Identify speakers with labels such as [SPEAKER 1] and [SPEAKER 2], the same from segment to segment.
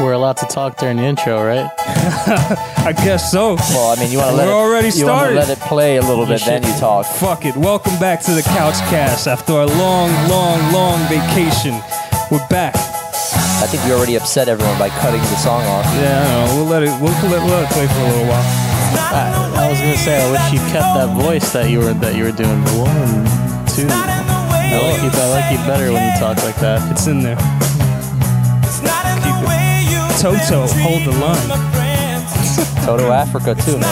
[SPEAKER 1] We're allowed to talk during the intro, right?
[SPEAKER 2] I guess so.
[SPEAKER 3] Well, I mean, you want to let
[SPEAKER 2] We're
[SPEAKER 3] it,
[SPEAKER 2] already
[SPEAKER 3] you
[SPEAKER 2] started.
[SPEAKER 3] wanna let it play a little bit, then you talk.
[SPEAKER 2] Fuck it. Welcome back to the Couch Cast. After a long, long, long vacation, we're back.
[SPEAKER 3] I think you already upset everyone by cutting the song off.
[SPEAKER 2] Yeah, I don't know. We'll let it. We'll let, we'll let it play for a little while.
[SPEAKER 1] I, I was gonna say I wish you kept that voice that you were that you were doing. One, two. I like you. I like you better when you talk like that.
[SPEAKER 2] It's in there. Toto, hold the line.
[SPEAKER 3] Toto Africa too, man.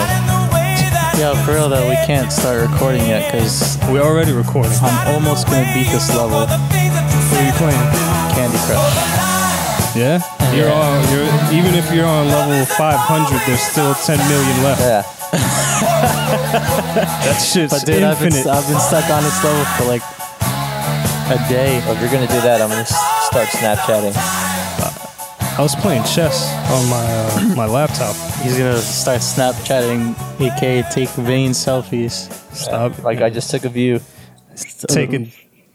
[SPEAKER 1] Yeah, for real though, we can't start recording yet because
[SPEAKER 2] We're already recording. Who
[SPEAKER 1] I'm almost gonna beat this level,
[SPEAKER 2] are you playing?
[SPEAKER 1] Candy Crush.
[SPEAKER 2] Yeah. You're
[SPEAKER 1] Yeah.
[SPEAKER 2] on. You're even if you're on level 500, there's still 10 million left.
[SPEAKER 3] Yeah.
[SPEAKER 2] That shit's
[SPEAKER 1] But dude, I've been,
[SPEAKER 2] infinite.
[SPEAKER 1] I've been stuck on this level for like a day.
[SPEAKER 3] Well, if you're gonna do that, I'm gonna s- start Snapchatting.
[SPEAKER 2] I was playing chess on my uh, my laptop.
[SPEAKER 1] He's gonna start Snapchatting, aka take vain selfies.
[SPEAKER 2] Stop.
[SPEAKER 3] Like I just took a view
[SPEAKER 2] taking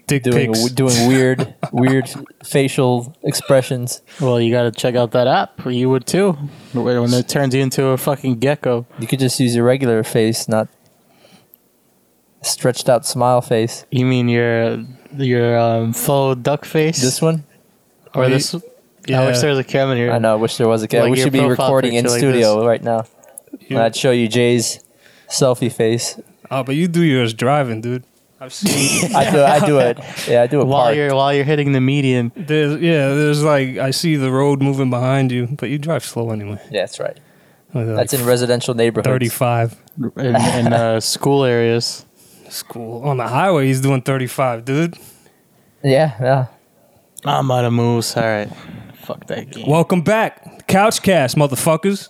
[SPEAKER 2] dick
[SPEAKER 3] doing
[SPEAKER 2] pics.
[SPEAKER 3] doing weird weird facial expressions.
[SPEAKER 1] Well, you gotta check out that app. You would too. When when it turns you into a fucking gecko.
[SPEAKER 3] You could just use your regular face, not stretched out smile face.
[SPEAKER 1] You mean your your um, faux duck face?
[SPEAKER 3] This one?
[SPEAKER 1] or this? I wish there was a camera here.
[SPEAKER 3] I know. I wish there was a
[SPEAKER 1] Like
[SPEAKER 3] camera. we
[SPEAKER 1] your
[SPEAKER 3] should be
[SPEAKER 1] profile
[SPEAKER 3] recording in
[SPEAKER 1] picture like
[SPEAKER 3] studio right now.
[SPEAKER 2] You-
[SPEAKER 3] And I'd show you Jay's selfie face.
[SPEAKER 2] Oh, but you do yours driving, dude. I've seen.
[SPEAKER 3] I do. I do it. Yeah, I do it.
[SPEAKER 1] While
[SPEAKER 3] park.
[SPEAKER 1] you're while you're hitting the median,
[SPEAKER 2] there's yeah. There's like I see the road moving behind you, but you drive slow anyway.
[SPEAKER 3] Yeah, that's right.
[SPEAKER 2] Like,
[SPEAKER 3] That's in residential neighborhoods.
[SPEAKER 2] thirty-five.
[SPEAKER 1] in, in uh, school areas,
[SPEAKER 2] School on the highway. He's doing thirty-five, dude.
[SPEAKER 3] Yeah, yeah.
[SPEAKER 1] I'm out of moves. All right, fuck that game.
[SPEAKER 2] Welcome back, Couchcast, motherfuckers.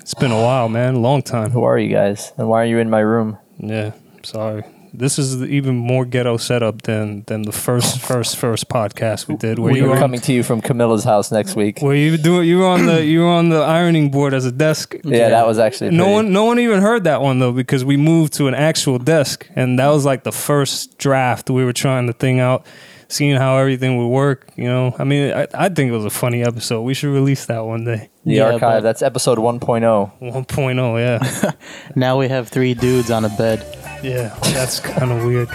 [SPEAKER 2] It's been a while, man. Long time.
[SPEAKER 3] Who are you guys? And why are you in my room?
[SPEAKER 2] Yeah. Sorry. This is the even more ghetto setup than than the first first first podcast we did. Where
[SPEAKER 3] We
[SPEAKER 2] you
[SPEAKER 3] are
[SPEAKER 2] were
[SPEAKER 3] coming to you from Camilla's house next week.
[SPEAKER 2] where you do you were on the you were on the ironing board as a desk.
[SPEAKER 3] Yeah, that was actually
[SPEAKER 2] no
[SPEAKER 3] pretty-
[SPEAKER 2] one no one even heard that one though because we moved to an actual desk and that was like the first draft we were trying the thing out seeing how everything would work you know i mean i, I think it was a funny episode we should release that one day oh,
[SPEAKER 3] The
[SPEAKER 1] Yeah, but-
[SPEAKER 3] archive. That's episode oh. 1.0.
[SPEAKER 2] 1.0
[SPEAKER 1] Now we have three dudes on a bed.
[SPEAKER 2] yeah yeah that's kind of weird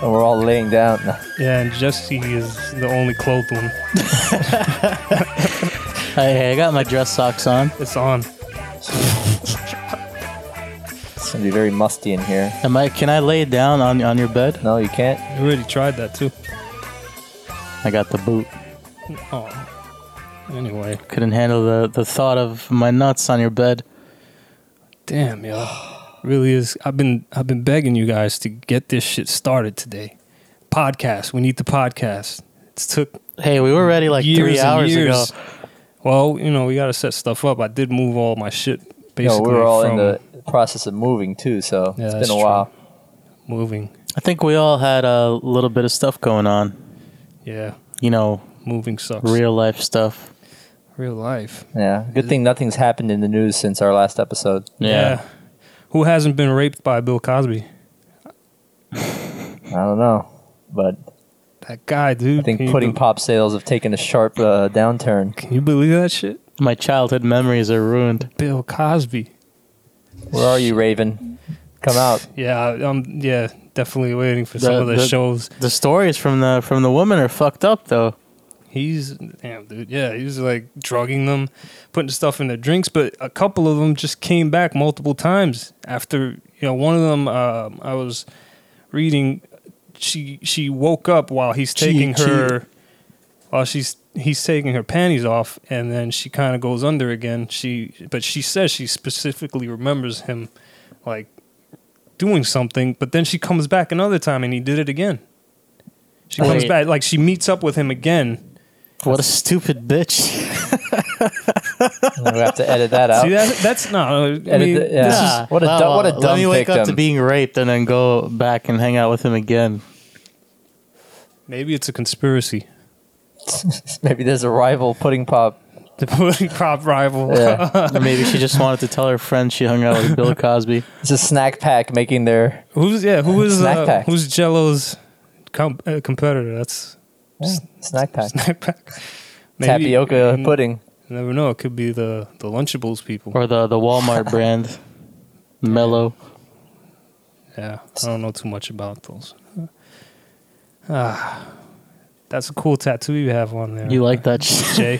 [SPEAKER 3] And we're all laying down. No.
[SPEAKER 2] yeah and jesse is the only clothed one
[SPEAKER 1] Hey, hey, I got my dress socks on
[SPEAKER 2] it's on
[SPEAKER 3] It's going to be very musty in here.
[SPEAKER 1] Am I? Can I lay down on on your bed?
[SPEAKER 3] No, you can't.
[SPEAKER 2] i already tried that too
[SPEAKER 1] I got the boot.
[SPEAKER 2] oh anyway
[SPEAKER 1] Couldn't handle the the thought of my nuts on your bed.
[SPEAKER 2] damn yo really is i've been i've been begging you guys to get this shit started today podcast we need the podcast it's took
[SPEAKER 1] Hey, we were ready like
[SPEAKER 2] years
[SPEAKER 1] three
[SPEAKER 2] and
[SPEAKER 1] hours ago.
[SPEAKER 2] years. Well, you know, we got to set stuff up. I did move all my shit
[SPEAKER 3] No,
[SPEAKER 2] basically
[SPEAKER 3] we were all in
[SPEAKER 2] from
[SPEAKER 3] the process of moving too, so
[SPEAKER 2] Yeah,
[SPEAKER 3] it's
[SPEAKER 2] that's
[SPEAKER 3] been a
[SPEAKER 2] true.
[SPEAKER 3] while.
[SPEAKER 2] moving.
[SPEAKER 1] I think we all had a little bit of stuff going on.
[SPEAKER 2] Yeah,
[SPEAKER 1] You know,
[SPEAKER 2] moving sucks.
[SPEAKER 1] real life stuff.
[SPEAKER 2] Real life.
[SPEAKER 3] Yeah. Good thing nothing's happened in the news since our last episode.
[SPEAKER 2] Who hasn't been raped by Bill Cosby?
[SPEAKER 3] I don't know. But
[SPEAKER 2] That guy, dude.
[SPEAKER 3] I think
[SPEAKER 2] Can
[SPEAKER 3] pudding
[SPEAKER 2] you, be-
[SPEAKER 3] pop sales have taken a sharp uh, downturn.
[SPEAKER 2] can you believe that shit?
[SPEAKER 1] My childhood memories are ruined.
[SPEAKER 2] Bill Cosby.
[SPEAKER 3] Where are you, Raven? Come out.
[SPEAKER 2] Yeah, I- I'm. Yeah, definitely waiting for some
[SPEAKER 1] The-
[SPEAKER 2] of the,
[SPEAKER 1] the-
[SPEAKER 2] shows.
[SPEAKER 1] The stories from the from the woman are fucked up though.
[SPEAKER 2] He's damn dude. Yeah, he was like drugging them, putting stuff in their drinks. But a couple of them just came back multiple times after. You know, one of them um, I was reading. She she woke up while he's
[SPEAKER 1] Gee,
[SPEAKER 2] taking
[SPEAKER 1] gee.
[SPEAKER 2] her while she's he's taking her panties off, and then she kind of goes under again. She but she says she specifically remembers him like doing something, but then she comes back another time, and he did it again. She comes
[SPEAKER 1] Wait.
[SPEAKER 2] back like she meets up with him again.
[SPEAKER 1] What a stupid bitch.
[SPEAKER 3] We have to edit that out.
[SPEAKER 2] See that? That's not. I
[SPEAKER 3] Oh. Edit
[SPEAKER 2] mean,
[SPEAKER 3] the- yeah.
[SPEAKER 2] this is-
[SPEAKER 3] Ah, what a
[SPEAKER 1] well,
[SPEAKER 3] du- what a
[SPEAKER 1] Let
[SPEAKER 3] dumb
[SPEAKER 1] me wake up to
[SPEAKER 3] victim.
[SPEAKER 1] being raped and then go back and hang out with him again.
[SPEAKER 2] maybe it's a conspiracy.
[SPEAKER 3] Maybe there's a rival pudding pop.
[SPEAKER 2] The pudding pop rival.
[SPEAKER 3] Yeah.
[SPEAKER 1] Or maybe she just wanted to tell her friend she hung out with Bill Cosby.
[SPEAKER 3] It's a snack pack making their
[SPEAKER 2] who's yeah? Who is
[SPEAKER 3] Snack
[SPEAKER 2] uh,
[SPEAKER 3] pack.
[SPEAKER 2] who's Jello's com- uh, competitor? That's
[SPEAKER 3] snack pack.
[SPEAKER 2] Snack Pack. Maybe-
[SPEAKER 3] tapioca
[SPEAKER 2] mm,
[SPEAKER 3] pudding.
[SPEAKER 2] You never know. It could be the the Lunchables people.
[SPEAKER 1] Or the, the Walmart brand, Mellow.
[SPEAKER 2] Yeah, I don't know too much about those. Ah, that's a cool tattoo you have on there.
[SPEAKER 1] You like that shit?
[SPEAKER 2] Jay?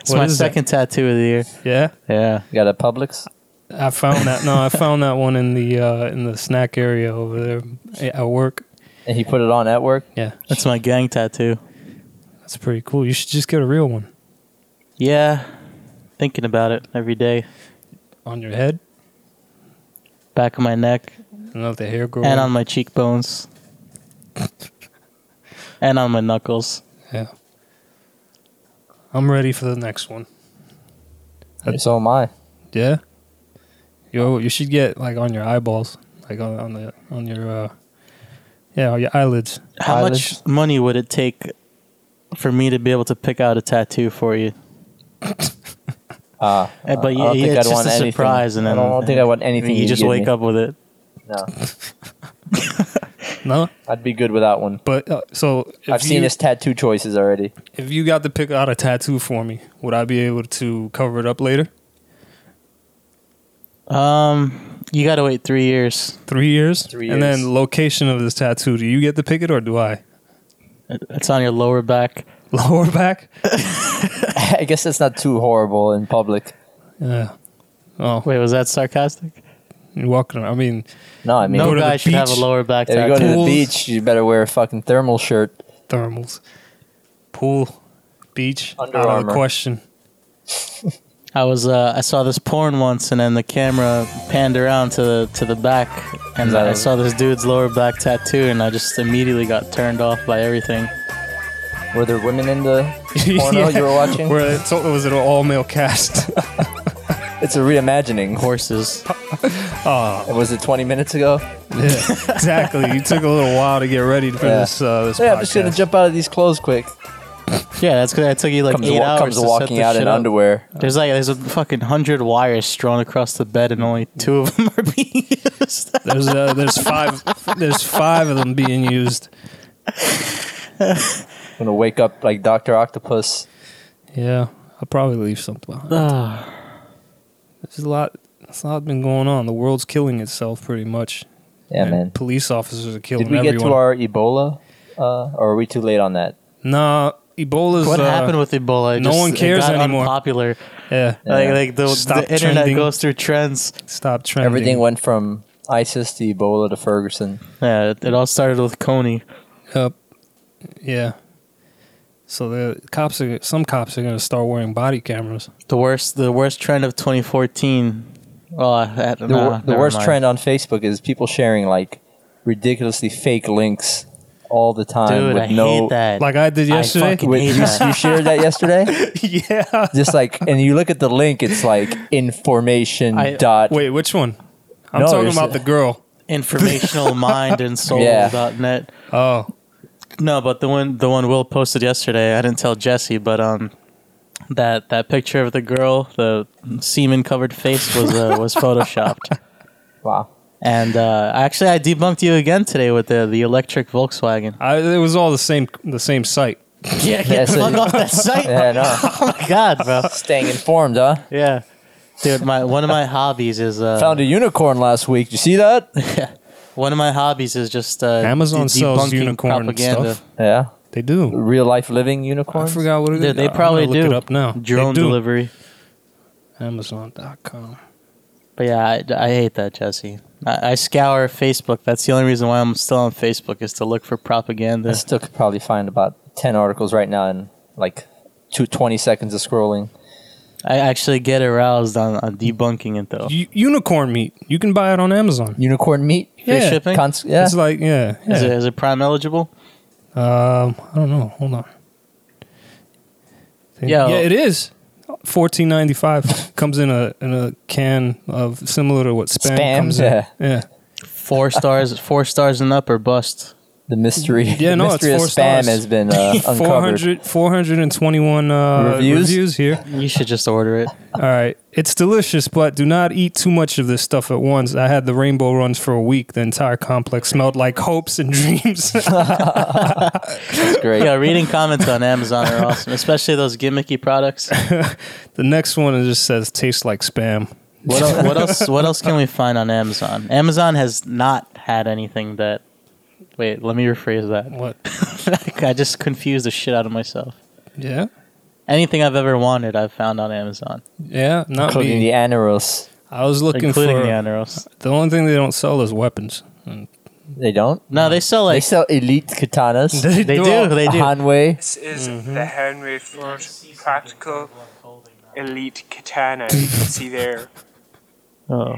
[SPEAKER 1] It's
[SPEAKER 2] What
[SPEAKER 1] my
[SPEAKER 2] is that?
[SPEAKER 1] second tattoo of the year.
[SPEAKER 2] yeah,
[SPEAKER 1] Yeah.
[SPEAKER 3] You got a Publix.
[SPEAKER 2] I found that. No, I found that one in the uh, in the snack area over there at work.
[SPEAKER 3] And he put it on at work.
[SPEAKER 2] Yeah,
[SPEAKER 1] That's my gang tattoo.
[SPEAKER 2] that's pretty cool. You should just get a real one
[SPEAKER 1] Yeah. Thinking about it every day.
[SPEAKER 2] on your head.
[SPEAKER 1] Back of my neck
[SPEAKER 2] And let the hair grow.
[SPEAKER 1] and on my cheekbones. and on my knuckles.
[SPEAKER 2] yeah, I'm ready for the next one.
[SPEAKER 3] And so am I.
[SPEAKER 2] Yeah. You you should get like on your eyeballs, like on on the on your uh, yeah, on your eyelids.
[SPEAKER 1] How
[SPEAKER 3] Eyelids.
[SPEAKER 1] much money would it take for me to be able to pick out a tattoo for you?
[SPEAKER 3] Uh,
[SPEAKER 1] Uh, but
[SPEAKER 3] I
[SPEAKER 1] yeah,
[SPEAKER 3] don't
[SPEAKER 1] yeah,
[SPEAKER 3] think
[SPEAKER 1] it's
[SPEAKER 3] I'd
[SPEAKER 1] just
[SPEAKER 3] want
[SPEAKER 1] a
[SPEAKER 3] anything.
[SPEAKER 1] surprise, and
[SPEAKER 3] I
[SPEAKER 1] then
[SPEAKER 3] don't, think I want
[SPEAKER 1] and
[SPEAKER 3] anything.
[SPEAKER 1] you
[SPEAKER 3] you
[SPEAKER 1] just
[SPEAKER 3] give
[SPEAKER 1] wake
[SPEAKER 3] me.
[SPEAKER 1] up with it.
[SPEAKER 3] No,
[SPEAKER 2] No,
[SPEAKER 3] I'd be good without one.
[SPEAKER 2] but uh, so if
[SPEAKER 3] I've
[SPEAKER 2] you,
[SPEAKER 3] seen his tattoo choices already.
[SPEAKER 2] If you got to pick out a tattoo for me, would I be able to cover it up later?
[SPEAKER 1] Um, you gotta wait three years.
[SPEAKER 2] Three years.
[SPEAKER 3] Three
[SPEAKER 2] And
[SPEAKER 3] years.
[SPEAKER 2] then location of this tattoo. Do you get to pick it or do I?
[SPEAKER 1] It- It's on your lower back.
[SPEAKER 2] Lower back.
[SPEAKER 3] I guess that's not too horrible in public.
[SPEAKER 2] Yeah. Oh,
[SPEAKER 1] Wait, was that sarcastic?
[SPEAKER 2] you're walking. around. I mean,
[SPEAKER 3] No, I mean,
[SPEAKER 1] no
[SPEAKER 2] Go to the
[SPEAKER 1] guy should have a
[SPEAKER 2] beach.
[SPEAKER 1] lower back
[SPEAKER 3] if you go to
[SPEAKER 1] tattoo.
[SPEAKER 3] the
[SPEAKER 2] Pools.
[SPEAKER 3] beach, you better wear a fucking thermal shirt.
[SPEAKER 2] thermals, pool, beach.
[SPEAKER 3] Under
[SPEAKER 2] out of
[SPEAKER 3] Armour.
[SPEAKER 2] the question.
[SPEAKER 1] I was uh, I saw this porn once, and then the camera panned around to the to the back, and
[SPEAKER 3] Is that
[SPEAKER 1] I
[SPEAKER 3] a-
[SPEAKER 1] saw this dude's lower back tattoo, and I just immediately got turned off by everything.
[SPEAKER 3] Were there women in the porno
[SPEAKER 2] Yeah.
[SPEAKER 3] you were watching?
[SPEAKER 2] Where it's, it was an all male cast.
[SPEAKER 3] It's a reimagining.
[SPEAKER 1] Horses.
[SPEAKER 3] Was it 20 minutes ago?
[SPEAKER 2] yeah, exactly. You took a little while to get ready for
[SPEAKER 3] Yeah.
[SPEAKER 2] this. Uh, this
[SPEAKER 3] Yeah, I'm just gonna
[SPEAKER 2] podcast.
[SPEAKER 3] jump out of these clothes quick.
[SPEAKER 1] Yeah, that's because I took you like
[SPEAKER 3] Comes,
[SPEAKER 1] eight
[SPEAKER 3] wa-
[SPEAKER 1] hours
[SPEAKER 3] comes
[SPEAKER 1] to set
[SPEAKER 3] walking
[SPEAKER 1] this
[SPEAKER 3] out in
[SPEAKER 1] shit up.
[SPEAKER 3] underwear.
[SPEAKER 1] There's like there's a fucking hundred wires strewn across the bed, and only two of them are being used.
[SPEAKER 2] There's uh, there's five there's five of them being used.
[SPEAKER 3] I'm gonna wake up like Doctor Octopus.
[SPEAKER 2] Yeah, I'll probably leave something behind.
[SPEAKER 3] Ah.
[SPEAKER 2] There's a lot. There's a lot been going on. The world's killing itself pretty much.
[SPEAKER 3] Yeah,
[SPEAKER 2] And
[SPEAKER 3] man.
[SPEAKER 2] Police officers are killing
[SPEAKER 3] Did we get
[SPEAKER 2] everyone.
[SPEAKER 3] to our Ebola? Uh, or are we too late on that?
[SPEAKER 2] nah, Ebola's.
[SPEAKER 1] what
[SPEAKER 2] uh,
[SPEAKER 1] happened with Ebola? It
[SPEAKER 2] no
[SPEAKER 1] just-
[SPEAKER 2] one
[SPEAKER 1] it
[SPEAKER 2] cares
[SPEAKER 1] got
[SPEAKER 2] anymore.
[SPEAKER 1] Unpopular.
[SPEAKER 2] Yeah,
[SPEAKER 1] Like like the,
[SPEAKER 2] Stop
[SPEAKER 1] the internet
[SPEAKER 2] trending.
[SPEAKER 1] goes through trends.
[SPEAKER 2] stop trending.
[SPEAKER 3] Everything went from ISIS to Ebola to Ferguson.
[SPEAKER 1] Yeah, it, it all started with Coney.
[SPEAKER 2] up. Yeah. So the cops are. Some cops are gonna start wearing body cameras.
[SPEAKER 1] The worst the worst trend of 2014. Oh, I- I-
[SPEAKER 3] The,
[SPEAKER 1] nah,
[SPEAKER 3] wor- the
[SPEAKER 1] never
[SPEAKER 3] worst
[SPEAKER 1] mind.
[SPEAKER 3] trend on Facebook is people sharing like ridiculously fake links all the time
[SPEAKER 1] Dude,
[SPEAKER 3] with
[SPEAKER 1] I
[SPEAKER 3] no.
[SPEAKER 1] hate that.
[SPEAKER 2] Like I did
[SPEAKER 1] I
[SPEAKER 2] yesterday.
[SPEAKER 1] fucking
[SPEAKER 3] Wait,
[SPEAKER 1] hate
[SPEAKER 3] you,
[SPEAKER 1] that.
[SPEAKER 3] you shared that yesterday?
[SPEAKER 2] yeah.
[SPEAKER 3] Just like, and you look at the link, it's like information
[SPEAKER 1] I-
[SPEAKER 3] dot.
[SPEAKER 2] Wait, which one? I'm
[SPEAKER 3] No,
[SPEAKER 2] talking
[SPEAKER 3] it's-
[SPEAKER 2] about the girl.
[SPEAKER 1] Informational mind and soul
[SPEAKER 3] Yeah.
[SPEAKER 1] dot net.
[SPEAKER 2] Oh,
[SPEAKER 1] No, but the one the one Will posted yesterday. I didn't tell Jesse, but um, that that picture of the girl, the semen covered face was uh, was photoshopped.
[SPEAKER 3] Wow.
[SPEAKER 1] And uh, actually, I debunked you again today with the the electric Volkswagen.
[SPEAKER 2] I, it was all the same. The same site.
[SPEAKER 1] Yeah,
[SPEAKER 3] Yeah,
[SPEAKER 1] get the
[SPEAKER 3] so-
[SPEAKER 1] fuck off that site!
[SPEAKER 3] Yeah, no.
[SPEAKER 1] Oh my god, bro.
[SPEAKER 3] Staying informed, huh?
[SPEAKER 1] Yeah, dude. My one of my hobbies is uh,
[SPEAKER 3] Found a unicorn last week. Did you see that?
[SPEAKER 1] one of my hobbies is just uh,
[SPEAKER 2] Amazon
[SPEAKER 1] de-
[SPEAKER 2] sells
[SPEAKER 1] debunking
[SPEAKER 2] unicorn
[SPEAKER 1] propaganda.
[SPEAKER 2] stuff.
[SPEAKER 3] Yeah.
[SPEAKER 2] They do.
[SPEAKER 3] Real life living unicorn.
[SPEAKER 2] I forgot what it is.
[SPEAKER 1] Dude, they
[SPEAKER 2] I'm
[SPEAKER 1] probably
[SPEAKER 2] gonna look
[SPEAKER 1] do.
[SPEAKER 2] it up now.
[SPEAKER 1] Drone
[SPEAKER 2] they do.
[SPEAKER 1] delivery.
[SPEAKER 2] Amazon.com.
[SPEAKER 1] But yeah, I, I hate that, Jesse. I, I scour Facebook. That's the only reason why I'm still on Facebook is to look for propaganda.
[SPEAKER 3] I still could probably find about 10 articles right now in like two, 20 seconds of scrolling.
[SPEAKER 1] I actually get aroused on, on debunking it though.
[SPEAKER 2] U- unicorn meat. You can buy it on Amazon.
[SPEAKER 3] Unicorn meat?
[SPEAKER 1] Free
[SPEAKER 2] Yeah.
[SPEAKER 1] shipping?
[SPEAKER 3] Cons- yeah.
[SPEAKER 2] It's like yeah. yeah.
[SPEAKER 1] Is, it, is it prime eligible?
[SPEAKER 2] um, I don't know. Hold on. Think-
[SPEAKER 1] Yeah.
[SPEAKER 2] yeah, it is. Fourteen ninety five comes in a in a can of similar to what spam,
[SPEAKER 3] Spam,
[SPEAKER 2] comes
[SPEAKER 3] yeah.
[SPEAKER 2] in. Yeah,
[SPEAKER 1] Four stars, four stars and up or bust.
[SPEAKER 3] the mystery,
[SPEAKER 2] Yeah,
[SPEAKER 3] the
[SPEAKER 2] no, it's
[SPEAKER 3] mystery of
[SPEAKER 2] four
[SPEAKER 3] spam
[SPEAKER 2] stars.
[SPEAKER 3] has been uh,
[SPEAKER 2] 400,
[SPEAKER 3] uncovered.
[SPEAKER 2] 421 uh,
[SPEAKER 3] Reviews?
[SPEAKER 2] reviews here.
[SPEAKER 1] You should just order it.
[SPEAKER 2] All right. It's delicious, but do not eat too much of this stuff at once. I had the rainbow runs for a week. The entire complex smelled like hopes and dreams.
[SPEAKER 3] It's great.
[SPEAKER 1] Yeah, reading comments on Amazon are awesome, especially those gimmicky products.
[SPEAKER 2] the next one it just says tastes like spam.
[SPEAKER 1] What, el- what else? What else can we find on Amazon? Amazon has not had anything that. Wait, let me rephrase that.
[SPEAKER 2] What?
[SPEAKER 1] I just confused the shit out of myself.
[SPEAKER 2] Yeah.
[SPEAKER 1] Anything I've ever wanted, I've found on Amazon,
[SPEAKER 2] Yeah, not
[SPEAKER 3] Including
[SPEAKER 2] me.
[SPEAKER 3] the Aneros.
[SPEAKER 2] I was looking
[SPEAKER 1] including
[SPEAKER 2] for
[SPEAKER 1] the Aneros.
[SPEAKER 2] the only thing they don't sell is weapons. And
[SPEAKER 3] They don't.
[SPEAKER 1] No, they sell
[SPEAKER 3] they
[SPEAKER 1] like
[SPEAKER 3] sell elite katanas.
[SPEAKER 1] they, do. They do.
[SPEAKER 3] Hanwei.
[SPEAKER 4] This is the Henry Ford Practical Elite Katana. See there.
[SPEAKER 1] Oh.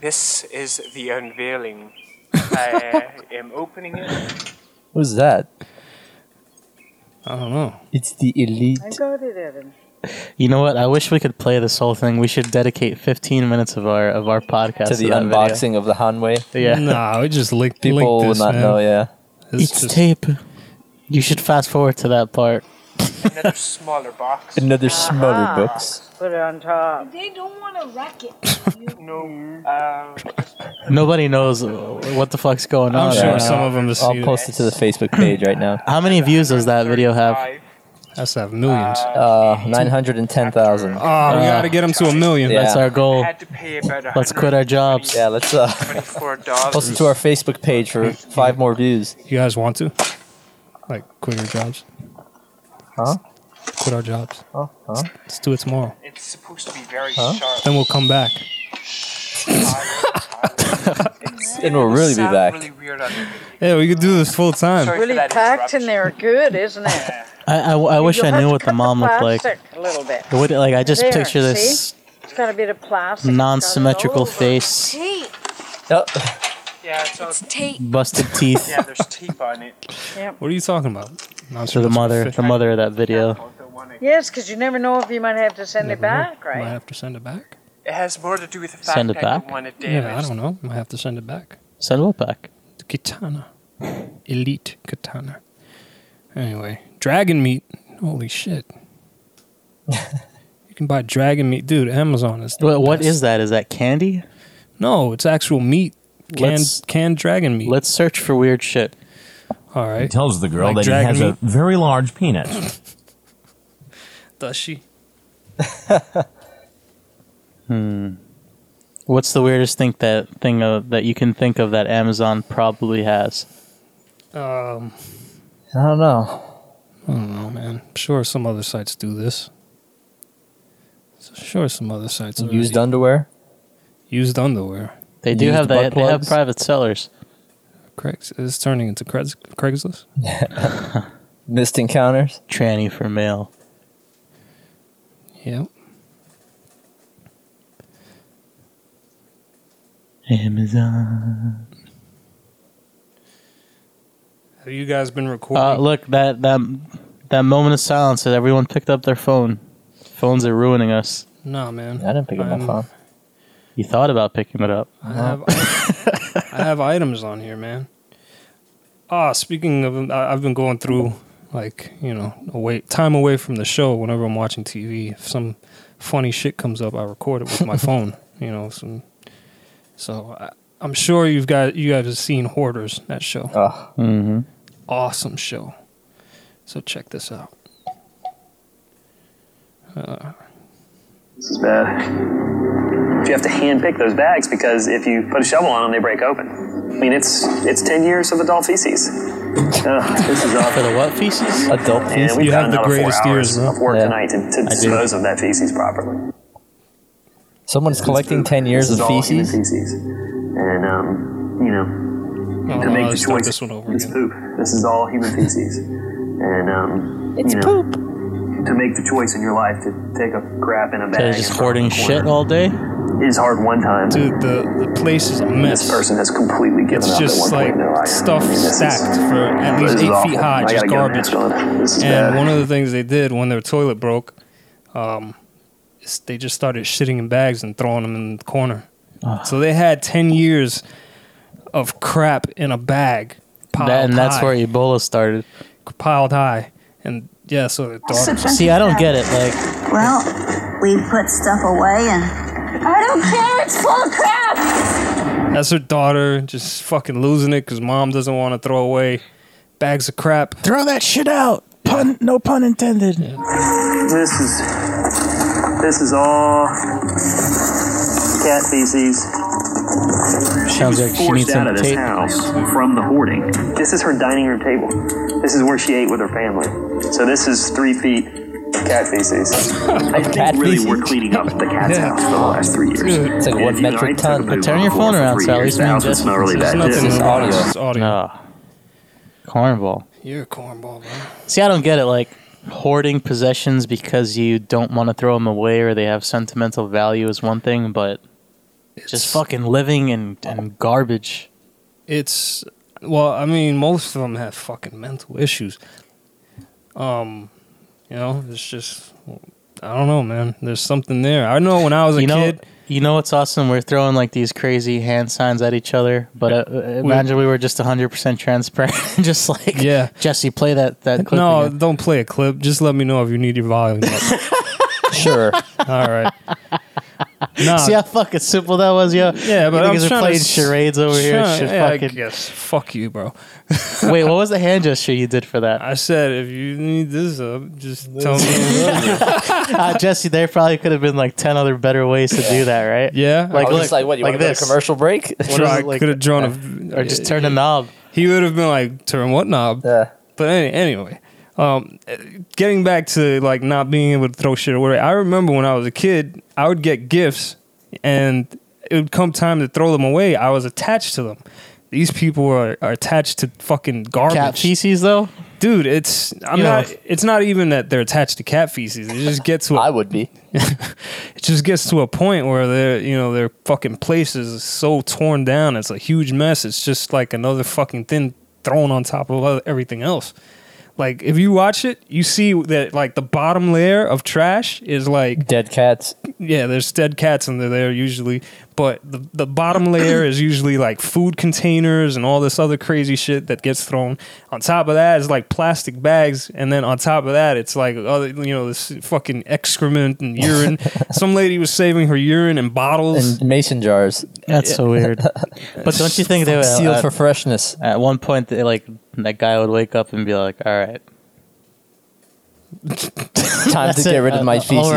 [SPEAKER 4] This is the unveiling. I am opening it.
[SPEAKER 3] Who's that?
[SPEAKER 2] I don't know.
[SPEAKER 3] It's the elite.
[SPEAKER 5] I got it, Evan.
[SPEAKER 1] You know what? I wish we could play this whole thing. We should dedicate 15 minutes of our of our podcast
[SPEAKER 3] To the
[SPEAKER 1] that video.
[SPEAKER 3] unboxing of the Hanwei.
[SPEAKER 1] Yeah.
[SPEAKER 2] Nah, we just linked
[SPEAKER 3] People
[SPEAKER 2] linked
[SPEAKER 3] will
[SPEAKER 2] this,
[SPEAKER 3] not
[SPEAKER 2] man.
[SPEAKER 3] know, yeah.
[SPEAKER 2] It's
[SPEAKER 1] it's
[SPEAKER 2] just-
[SPEAKER 1] tape. You should fast forward to that part.
[SPEAKER 4] Another smaller box.
[SPEAKER 3] Another smaller
[SPEAKER 5] Ah.
[SPEAKER 3] books.
[SPEAKER 5] Put it on top.
[SPEAKER 6] They don't want to wreck it.
[SPEAKER 4] No. Uh,
[SPEAKER 1] Nobody knows what the fuck's going on.
[SPEAKER 2] I'm sure
[SPEAKER 1] right now.
[SPEAKER 2] some of them have
[SPEAKER 3] I'll
[SPEAKER 2] seen it.
[SPEAKER 3] post it to the Facebook page right now.
[SPEAKER 1] How many views does that video have?
[SPEAKER 4] 35,
[SPEAKER 2] Has to have millions.
[SPEAKER 3] Uh, 910,000.
[SPEAKER 2] oh, we gotta get them to a million.
[SPEAKER 3] Uh, Yeah.
[SPEAKER 1] That's our goal.
[SPEAKER 4] Had to pay about
[SPEAKER 1] Oh. Let's quit our jobs.
[SPEAKER 3] Yeah, let's uh,
[SPEAKER 4] Twenty-four
[SPEAKER 3] post it
[SPEAKER 4] dollars.
[SPEAKER 3] to our Facebook page for five more views.
[SPEAKER 2] You guys want to? Like quit our jobs?
[SPEAKER 3] Huh?
[SPEAKER 2] Quit our jobs.
[SPEAKER 3] Huh? Huh?
[SPEAKER 2] Let's do it tomorrow.
[SPEAKER 4] It's supposed to be very sharp.
[SPEAKER 2] Then we'll come back.
[SPEAKER 3] And we'll really be
[SPEAKER 4] Sound
[SPEAKER 3] back.
[SPEAKER 4] Really weird on the
[SPEAKER 2] Yeah, we could do this full time.
[SPEAKER 4] Sorry.
[SPEAKER 5] Really
[SPEAKER 4] that
[SPEAKER 5] packed
[SPEAKER 4] interruption.
[SPEAKER 5] in there, good, isn't it?
[SPEAKER 1] I, I, I wish
[SPEAKER 5] You'll
[SPEAKER 1] I
[SPEAKER 5] have
[SPEAKER 1] knew
[SPEAKER 5] to
[SPEAKER 1] what
[SPEAKER 5] cut
[SPEAKER 1] the mom looked like.
[SPEAKER 5] plastic A little bit.
[SPEAKER 1] What, like I just
[SPEAKER 5] There,
[SPEAKER 1] picture this
[SPEAKER 5] It's got a bit of plastic.
[SPEAKER 1] non-symmetrical
[SPEAKER 5] Cut it over.
[SPEAKER 1] face,
[SPEAKER 6] Tape.
[SPEAKER 3] Oh,
[SPEAKER 4] Yeah, it's all,
[SPEAKER 6] Tape.
[SPEAKER 1] busted teeth
[SPEAKER 4] yeah. There's tape on it.
[SPEAKER 2] What are you talking about? Not
[SPEAKER 1] to
[SPEAKER 2] sure
[SPEAKER 1] the
[SPEAKER 2] that's what
[SPEAKER 1] mother,
[SPEAKER 2] fish-
[SPEAKER 1] the mother of that video.
[SPEAKER 4] Or the one I-
[SPEAKER 5] Yes, because you never know if you might have to send it back,
[SPEAKER 2] Might
[SPEAKER 5] right?
[SPEAKER 2] have to send it back.
[SPEAKER 4] It has more to do with the fact
[SPEAKER 1] Send it
[SPEAKER 4] that I
[SPEAKER 1] back?
[SPEAKER 4] don't want it damaged.
[SPEAKER 2] Yeah, I don't know. Might have to send it back.
[SPEAKER 1] Send it back.
[SPEAKER 2] The katana, elite katana. Anyway, dragon meat. Holy shit! you can buy dragon meat, dude. Amazon is. the
[SPEAKER 1] What, what
[SPEAKER 2] best.
[SPEAKER 1] is that? Is that candy?
[SPEAKER 2] No, it's actual meat. Canned,
[SPEAKER 1] Let's-
[SPEAKER 2] canned dragon meat.
[SPEAKER 1] Let's search for weird shit.
[SPEAKER 2] All right.
[SPEAKER 7] tells the girl
[SPEAKER 2] Like
[SPEAKER 7] that he
[SPEAKER 2] dragon
[SPEAKER 7] has
[SPEAKER 2] meat?
[SPEAKER 7] a very large penis.
[SPEAKER 2] Does she?
[SPEAKER 1] What's the weirdest thing that thing of, that you can think of that Amazon probably has?
[SPEAKER 2] Um,
[SPEAKER 3] I don't know.
[SPEAKER 2] I don't know, man. I'm sure some other sites do this. So sure, some other sites already-
[SPEAKER 3] Used underwear.
[SPEAKER 2] used underwear.
[SPEAKER 1] They do
[SPEAKER 3] Used
[SPEAKER 1] have that.
[SPEAKER 3] butt
[SPEAKER 1] They have
[SPEAKER 3] plugs?
[SPEAKER 1] private sellers.
[SPEAKER 2] Craigs is turning into Craigs- Craigslist.
[SPEAKER 3] Missed encounters.
[SPEAKER 1] Tranny for male.
[SPEAKER 2] Yep.
[SPEAKER 1] Amazon.
[SPEAKER 2] Have you guys been recording?
[SPEAKER 1] Uh, look that that that moment of silence that everyone picked up their phone. Phones are ruining us.
[SPEAKER 2] no, man. Um,
[SPEAKER 3] I didn't pick up my
[SPEAKER 2] I'm-
[SPEAKER 3] phone.
[SPEAKER 1] You thought about picking it up.
[SPEAKER 2] I have, I have items on here, man. Ah, speaking of, I- I've been going through like you know away time away from the show. Whenever I'm watching TV, if some funny shit comes up, I record it with my phone. You know, some, so I, I'm sure you've got you guys have seen Hoarders that show.
[SPEAKER 3] Oh,
[SPEAKER 1] Mm-hmm.
[SPEAKER 2] awesome show. So check this out.
[SPEAKER 8] This is bad. You have to hand pick those bags because if you put a shovel on them, they break open. I mean, it's it's ten years of adult feces. Ugh, this is
[SPEAKER 1] For
[SPEAKER 8] awful.
[SPEAKER 1] the what feces?
[SPEAKER 3] adult
[SPEAKER 8] And
[SPEAKER 3] piece.
[SPEAKER 8] we've
[SPEAKER 2] You
[SPEAKER 8] got
[SPEAKER 2] have the
[SPEAKER 8] another four
[SPEAKER 2] greatest ears,
[SPEAKER 8] hours
[SPEAKER 2] bro.
[SPEAKER 8] of work
[SPEAKER 3] Yeah.
[SPEAKER 8] tonight to, to dispose of that feces properly.
[SPEAKER 3] Someone's collecting ten years
[SPEAKER 8] This
[SPEAKER 3] of
[SPEAKER 8] is all human
[SPEAKER 3] feces.
[SPEAKER 8] feces. And um, you know,
[SPEAKER 2] No,
[SPEAKER 8] to
[SPEAKER 2] no,
[SPEAKER 8] make the
[SPEAKER 2] let's Uh, start
[SPEAKER 8] choice,
[SPEAKER 2] this one over
[SPEAKER 8] it's
[SPEAKER 2] again.
[SPEAKER 8] poop. This is all human feces. And um, it's you know, poop. To make the choice in your life to take a crap in a
[SPEAKER 1] They're
[SPEAKER 8] bag
[SPEAKER 1] just
[SPEAKER 8] and throw it in
[SPEAKER 1] hoarding
[SPEAKER 8] a
[SPEAKER 1] shit
[SPEAKER 8] corner
[SPEAKER 1] all day.
[SPEAKER 8] is hard one time.
[SPEAKER 2] Dude, the, the place is a mess.
[SPEAKER 8] This person has completely given
[SPEAKER 2] It's
[SPEAKER 8] up at
[SPEAKER 2] just
[SPEAKER 8] one
[SPEAKER 2] like
[SPEAKER 8] point in their life.
[SPEAKER 2] stuff
[SPEAKER 8] I mean, this is-
[SPEAKER 2] stacked for at
[SPEAKER 8] this
[SPEAKER 2] least
[SPEAKER 8] is
[SPEAKER 2] eight
[SPEAKER 8] awful.
[SPEAKER 2] feet high,
[SPEAKER 8] I
[SPEAKER 2] just
[SPEAKER 8] gotta get a
[SPEAKER 2] garbage.
[SPEAKER 8] mask on. This is
[SPEAKER 2] And
[SPEAKER 8] bad.
[SPEAKER 2] one of the things they did when their toilet broke, um, is they just started shitting in bags and throwing them in the
[SPEAKER 1] Ah.
[SPEAKER 2] corner. So they had 10 years of crap in a bag piled
[SPEAKER 1] That, and that's
[SPEAKER 2] high,
[SPEAKER 1] where Ebola started.
[SPEAKER 2] piled high, and yeah, so the dog.
[SPEAKER 1] See, I don't get it. Like,
[SPEAKER 6] Well, we put stuff away and. I don't care, it's full of crap!
[SPEAKER 2] That's her daughter just fucking losing it because mom doesn't want to throw away bags of crap.
[SPEAKER 1] throw that shit out. Pun, no pun intended.
[SPEAKER 8] This is this is all cat feces.
[SPEAKER 1] Sounds like she needs
[SPEAKER 8] Forced out
[SPEAKER 1] some
[SPEAKER 8] of this
[SPEAKER 1] tape.
[SPEAKER 8] house from the hoarding. This is her dining room table. This is where she ate with her family. So this is three feet cat feces. I think
[SPEAKER 3] Cat
[SPEAKER 8] really
[SPEAKER 3] feces?
[SPEAKER 8] we're cleaning up the cat's
[SPEAKER 2] Yeah.
[SPEAKER 8] house for the last three years.
[SPEAKER 2] Dude,
[SPEAKER 3] It's like
[SPEAKER 8] And
[SPEAKER 3] one
[SPEAKER 8] if you and I
[SPEAKER 3] metric
[SPEAKER 8] took
[SPEAKER 3] ton.
[SPEAKER 8] a move
[SPEAKER 1] Turn
[SPEAKER 8] on
[SPEAKER 1] your
[SPEAKER 8] the
[SPEAKER 1] phone
[SPEAKER 8] floor for
[SPEAKER 1] around,
[SPEAKER 8] three
[SPEAKER 1] Sal. At
[SPEAKER 8] years,
[SPEAKER 1] least
[SPEAKER 8] the
[SPEAKER 1] me and
[SPEAKER 8] house would
[SPEAKER 1] Jess
[SPEAKER 8] smell
[SPEAKER 1] can
[SPEAKER 8] really
[SPEAKER 1] see
[SPEAKER 2] There's
[SPEAKER 8] bad.
[SPEAKER 2] nothing
[SPEAKER 8] This-
[SPEAKER 2] in the
[SPEAKER 3] audio.
[SPEAKER 2] house, It's audio.
[SPEAKER 1] No. Cornball.
[SPEAKER 2] You're a cornball, bro.
[SPEAKER 1] See, I don't get it. Like hoarding possessions because you don't want to throw them away or they have sentimental value is one thing, but just fucking living in, in garbage.
[SPEAKER 2] It's well, I mean, most of them have fucking mental issues. Um, you know, it's just I don't know, man. There's something there. I know when I was a
[SPEAKER 1] You know,
[SPEAKER 2] kid,
[SPEAKER 1] you know what's awesome? We're throwing like these crazy hand signs at each other, but uh, uh, imagine we were just 100% transparent. just like,
[SPEAKER 2] Yeah.
[SPEAKER 1] Jesse, play that, that clip.
[SPEAKER 2] no,
[SPEAKER 1] again.
[SPEAKER 2] don't play a clip. Just let me know if you need your volume up.
[SPEAKER 3] Sure.
[SPEAKER 2] All right. Nah,
[SPEAKER 1] See how fucking simple that was, yo?
[SPEAKER 2] yeah, but
[SPEAKER 1] you
[SPEAKER 2] I'm
[SPEAKER 1] niggas are
[SPEAKER 2] trying
[SPEAKER 1] playing
[SPEAKER 2] to,
[SPEAKER 1] charades over here. and
[SPEAKER 2] trying-
[SPEAKER 1] shit,
[SPEAKER 2] yeah, I
[SPEAKER 1] fucking-
[SPEAKER 2] guess. Fuck you, bro.
[SPEAKER 1] Wait, what was the hand gesture you did for that?
[SPEAKER 2] I said if you need this up, just tell me.
[SPEAKER 1] Uh, Jesse, there probably could have been like 10 other better ways to do that, right?
[SPEAKER 2] Yeah,
[SPEAKER 1] Like,
[SPEAKER 3] I was
[SPEAKER 1] look,
[SPEAKER 3] just like, what? You
[SPEAKER 1] like
[SPEAKER 3] want to go
[SPEAKER 1] this.
[SPEAKER 3] to commercial break?
[SPEAKER 2] I,
[SPEAKER 1] is
[SPEAKER 2] I
[SPEAKER 1] it like- Uh,
[SPEAKER 2] could have drawn a.
[SPEAKER 1] Or just turn the knob.
[SPEAKER 2] He would have been like, turn what knob?
[SPEAKER 3] Yeah.
[SPEAKER 2] But any, anyway, um, uh, getting back to like not being able to throw shit away. I remember when I was a kid, I would get gifts, and it would come time to throw them away. I was attached to them. These people are, are attached to fucking
[SPEAKER 3] Uh,
[SPEAKER 2] garbage,
[SPEAKER 1] Cat feces, though?
[SPEAKER 2] dude. It's I'm
[SPEAKER 1] You know.
[SPEAKER 2] not. It's not even that they're attached to cat feces. It just gets to a
[SPEAKER 3] I would be.
[SPEAKER 2] it just gets to a point where their you know their fucking place is so torn down. It's a huge mess. It's just like another fucking thing thrown on top of other- everything else. Like if you watch it, you see that like the bottom layer of trash is like
[SPEAKER 3] Dead cats.
[SPEAKER 2] yeah, there's dead cats under there usually, but the the bottom layer is usually like food containers and all this other crazy shit that gets thrown. On top of that is like plastic bags, and then on top of that, it's like other you know this fucking excrement and urine. Some lady was saving her urine in bottles.
[SPEAKER 3] And mason jars.
[SPEAKER 1] That's so weird. but don't you think they would, uh,
[SPEAKER 3] Sealed
[SPEAKER 1] at,
[SPEAKER 3] for freshness.
[SPEAKER 1] at one point, they, like that guy would wake up and be like, all right.
[SPEAKER 3] Time to
[SPEAKER 1] That's
[SPEAKER 3] get
[SPEAKER 1] it.
[SPEAKER 3] rid of my
[SPEAKER 1] Uh,
[SPEAKER 3] feces.
[SPEAKER 1] all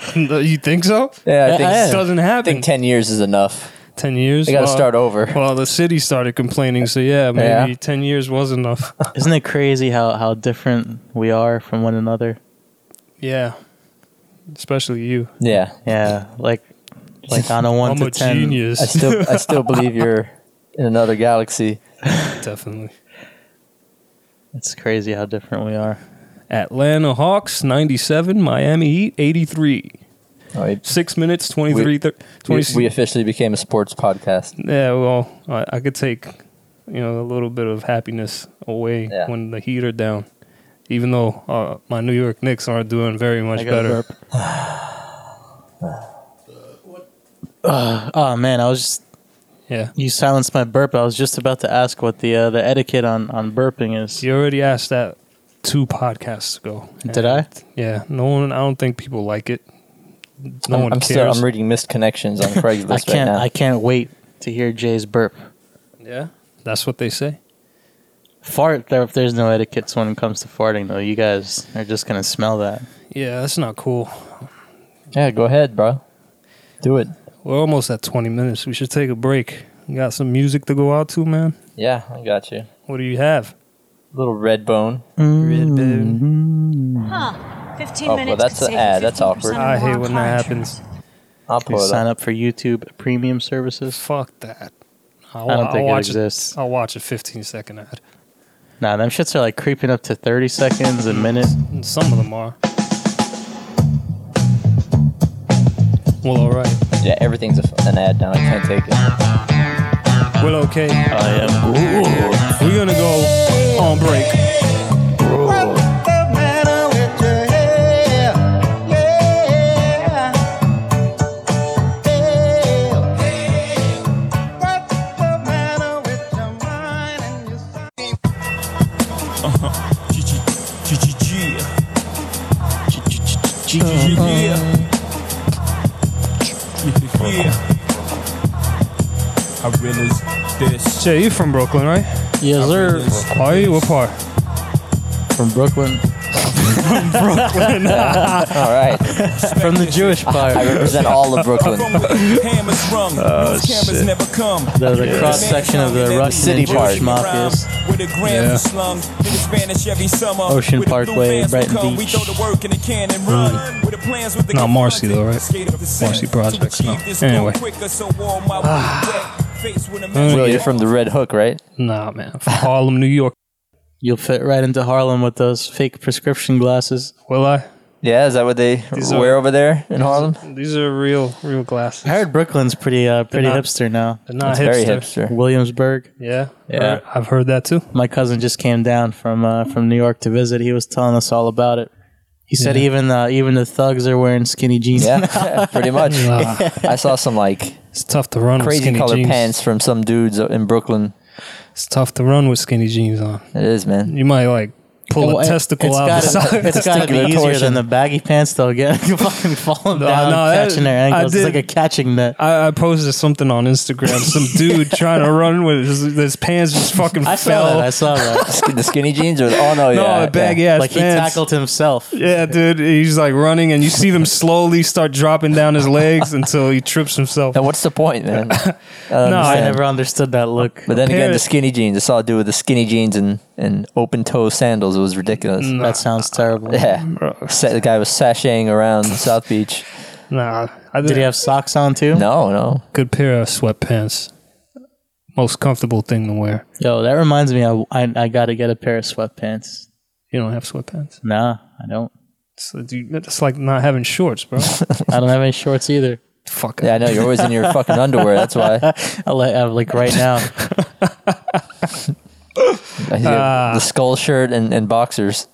[SPEAKER 1] right.
[SPEAKER 2] you think so?
[SPEAKER 3] Yeah, I
[SPEAKER 1] Yeah,
[SPEAKER 3] think,
[SPEAKER 1] yeah.
[SPEAKER 2] It doesn't
[SPEAKER 3] I
[SPEAKER 2] happen.
[SPEAKER 3] think 10 years is enough.
[SPEAKER 2] ten years.
[SPEAKER 3] They got to
[SPEAKER 2] Well-
[SPEAKER 3] start over.
[SPEAKER 2] Well, the city started complaining, so yeah, maybe
[SPEAKER 3] Yeah.
[SPEAKER 2] ten years was enough.
[SPEAKER 1] Isn't it crazy how, how different we are from one another?
[SPEAKER 2] yeah, especially you.
[SPEAKER 3] Yeah.
[SPEAKER 1] Yeah, like like on a one
[SPEAKER 2] I'm
[SPEAKER 1] to
[SPEAKER 2] a
[SPEAKER 1] ten.
[SPEAKER 2] genius.
[SPEAKER 3] I still, I still believe you're in another galaxy.
[SPEAKER 2] Definitely.
[SPEAKER 1] It's crazy how different we are.
[SPEAKER 2] Atlanta Hawks 97, Miami Heat 83.
[SPEAKER 3] All right.
[SPEAKER 2] Six minutes, 23,
[SPEAKER 3] We-
[SPEAKER 2] thir-
[SPEAKER 3] We,
[SPEAKER 2] 20
[SPEAKER 3] we officially became a sports podcast.
[SPEAKER 2] yeah, well, I, I could take, you know, a little bit of happiness away
[SPEAKER 3] Yeah.
[SPEAKER 2] when the Heat are down. Even though uh, my New York Knicks aren't doing very much
[SPEAKER 1] I gotta
[SPEAKER 2] better.
[SPEAKER 1] burp. Uh, oh man, I was just
[SPEAKER 2] Yeah.
[SPEAKER 1] you silenced my burp. I was just about to ask what the uh, the etiquette on on burping is.
[SPEAKER 2] You already asked that two podcasts ago.
[SPEAKER 1] Did I?
[SPEAKER 2] Yeah. No one, I don't think people like it. No
[SPEAKER 3] I'm,
[SPEAKER 2] one
[SPEAKER 3] I'm
[SPEAKER 2] cares.
[SPEAKER 3] still I'm reading missed connections on Craigslist
[SPEAKER 1] I can't.
[SPEAKER 3] right now.
[SPEAKER 1] I can't wait to hear Jay's burp.
[SPEAKER 2] yeah. That's what they say.
[SPEAKER 1] Fart. There, if there's no etiquette when it comes to farting, though, you guys are just gonna smell that.
[SPEAKER 2] Yeah, that's not cool.
[SPEAKER 3] yeah, go ahead, bro. Do it.
[SPEAKER 2] We're almost at 20 minutes. We should take a break. You got some music to go out to, man?
[SPEAKER 3] Yeah, I got you.
[SPEAKER 2] What do you have? Mm-hmm.
[SPEAKER 3] Little red bone.
[SPEAKER 2] Red Bone.
[SPEAKER 1] Mm-hmm.
[SPEAKER 9] Fifteen
[SPEAKER 3] Hmm. Oh, well,
[SPEAKER 9] minutes.
[SPEAKER 3] that's
[SPEAKER 9] could
[SPEAKER 3] an
[SPEAKER 9] save
[SPEAKER 3] ad.
[SPEAKER 9] you
[SPEAKER 3] That's
[SPEAKER 9] 15%
[SPEAKER 3] awkward.
[SPEAKER 9] or
[SPEAKER 2] I
[SPEAKER 9] more
[SPEAKER 2] hate
[SPEAKER 9] on
[SPEAKER 2] when
[SPEAKER 9] car
[SPEAKER 2] that
[SPEAKER 9] insurance.
[SPEAKER 2] happens.
[SPEAKER 3] I'll
[SPEAKER 1] Please
[SPEAKER 3] pull it
[SPEAKER 1] sign
[SPEAKER 3] up.
[SPEAKER 1] up for YouTube Premium services.
[SPEAKER 2] Fuck that. I'll,
[SPEAKER 1] I don't think
[SPEAKER 2] will
[SPEAKER 1] it
[SPEAKER 2] watch
[SPEAKER 1] exists.
[SPEAKER 2] I'll watch a 15 second ad.
[SPEAKER 1] Nah, them shits are like creeping up to thirty seconds a minute.
[SPEAKER 2] And some of them are. Well, all right.
[SPEAKER 3] Yeah, everything's a f an ad now. I can't take it.
[SPEAKER 2] Well, okay.
[SPEAKER 1] I am.
[SPEAKER 2] We're going to go on break.
[SPEAKER 9] I realize this.
[SPEAKER 2] Jay, you from Brooklyn, right?
[SPEAKER 1] Yes, sir.
[SPEAKER 2] Are you? What part?
[SPEAKER 1] From Brooklyn.
[SPEAKER 3] All right.
[SPEAKER 1] From the Jewish
[SPEAKER 3] I
[SPEAKER 1] part.
[SPEAKER 3] represent all of Brooklyn.
[SPEAKER 9] Hammers rung.
[SPEAKER 3] Oh,
[SPEAKER 9] Those cameras never come.
[SPEAKER 1] The, the cross section of the Russian
[SPEAKER 3] City
[SPEAKER 1] and Jewish
[SPEAKER 3] part.
[SPEAKER 1] mafias.
[SPEAKER 9] With a gram
[SPEAKER 2] Yeah.
[SPEAKER 9] slung in the Spanish every summer.
[SPEAKER 1] Ocean
[SPEAKER 9] With the blue
[SPEAKER 1] Parkway,
[SPEAKER 9] vans we
[SPEAKER 1] Brighton
[SPEAKER 9] come, We
[SPEAKER 1] Beach.
[SPEAKER 9] throw the work in the can and run. With the plans with the
[SPEAKER 2] Not Marcy, though, right?
[SPEAKER 9] Skate up the set.
[SPEAKER 2] Marcy
[SPEAKER 9] To
[SPEAKER 2] Projects, no.
[SPEAKER 9] achieve this goal
[SPEAKER 2] Anyway.
[SPEAKER 9] quicker, so all my work wet. Faced with a mess.
[SPEAKER 3] Will, you're from the Red Hook, right?
[SPEAKER 2] Nah, man. From Harlem, New York.
[SPEAKER 1] You'll fit right into Harlem with those fake prescription glasses.
[SPEAKER 2] Will I?
[SPEAKER 3] Yeah, is that what they
[SPEAKER 2] These
[SPEAKER 3] wear
[SPEAKER 2] are-
[SPEAKER 3] over there in Harlem?
[SPEAKER 2] These are real, real glasses.
[SPEAKER 1] I heard Brooklyn's pretty uh, pretty
[SPEAKER 2] not-
[SPEAKER 1] hipster now.
[SPEAKER 2] They're not
[SPEAKER 3] It's
[SPEAKER 2] hipster.
[SPEAKER 3] very hipster.
[SPEAKER 1] Williamsburg.
[SPEAKER 2] Yeah.
[SPEAKER 1] Yeah.
[SPEAKER 2] Heard- I've heard that too.
[SPEAKER 1] My cousin just came down from uh, from New York to visit. He was telling us all about it. He said
[SPEAKER 2] Yeah.
[SPEAKER 1] even uh, even the thugs are wearing skinny jeans.
[SPEAKER 3] Yeah, pretty much. I saw some like
[SPEAKER 2] It's tough to run with
[SPEAKER 3] crazy
[SPEAKER 2] skinny
[SPEAKER 3] color
[SPEAKER 2] jeans.
[SPEAKER 3] pants from some dudes in Brooklyn.
[SPEAKER 2] It's tough to run with skinny jeans on.
[SPEAKER 3] It is, man.
[SPEAKER 2] You might like pull
[SPEAKER 1] Well,
[SPEAKER 2] a
[SPEAKER 1] it-
[SPEAKER 2] testicle
[SPEAKER 1] it's
[SPEAKER 2] out
[SPEAKER 1] gotta,
[SPEAKER 2] the side.
[SPEAKER 1] It's got to be
[SPEAKER 3] Testicular
[SPEAKER 1] easier
[SPEAKER 3] torsion.
[SPEAKER 1] than the baggy pants though. Again, fucking falling
[SPEAKER 2] No,
[SPEAKER 1] down,
[SPEAKER 2] no, that-
[SPEAKER 1] catching their
[SPEAKER 2] I
[SPEAKER 1] ankles. It's
[SPEAKER 2] did-
[SPEAKER 1] like a catching net.
[SPEAKER 2] I, I posted something on Instagram. Some dude trying to run with his, his pants just fucking
[SPEAKER 1] I saw
[SPEAKER 2] fell.
[SPEAKER 1] that. I saw that.
[SPEAKER 3] Sk- the skinny jeans or oh no,
[SPEAKER 2] no,
[SPEAKER 3] yeah,
[SPEAKER 2] a baggy
[SPEAKER 3] yeah.
[SPEAKER 2] ass
[SPEAKER 1] like he
[SPEAKER 2] pants.
[SPEAKER 1] tackled himself.
[SPEAKER 2] Yeah, dude. He's like running, and you see them slowly start dropping down his legs until he trips himself.
[SPEAKER 3] And what's the point,
[SPEAKER 2] No,
[SPEAKER 3] man? I
[SPEAKER 2] I
[SPEAKER 1] I
[SPEAKER 3] understand.
[SPEAKER 1] never understood that look.
[SPEAKER 3] But then again, the
[SPEAKER 2] Parents-
[SPEAKER 3] skinny jeans. I saw a dude with the skinny jeans and, and open toe sandals. It was ridiculous.
[SPEAKER 1] that sounds terrible.
[SPEAKER 3] Yeah, Sa- the guy was sashaying around South Beach.
[SPEAKER 2] Nah, I
[SPEAKER 1] Did he have socks on too?
[SPEAKER 3] No, no,
[SPEAKER 2] good pair of sweatpants. Most comfortable thing to wear.
[SPEAKER 1] Yo, that reminds me. I I, I got to get a pair of sweatpants.
[SPEAKER 2] You don't have sweatpants.
[SPEAKER 1] Nah, I don't.
[SPEAKER 2] It's, dude, it's like not having shorts, bro.
[SPEAKER 1] I don't have any shorts either.
[SPEAKER 2] Fuck.
[SPEAKER 3] yeah, I know you're always in your fucking underwear. That's why
[SPEAKER 1] I like, I have, like right now.
[SPEAKER 3] I see
[SPEAKER 2] Ah.
[SPEAKER 3] the skull shirt and, and boxers.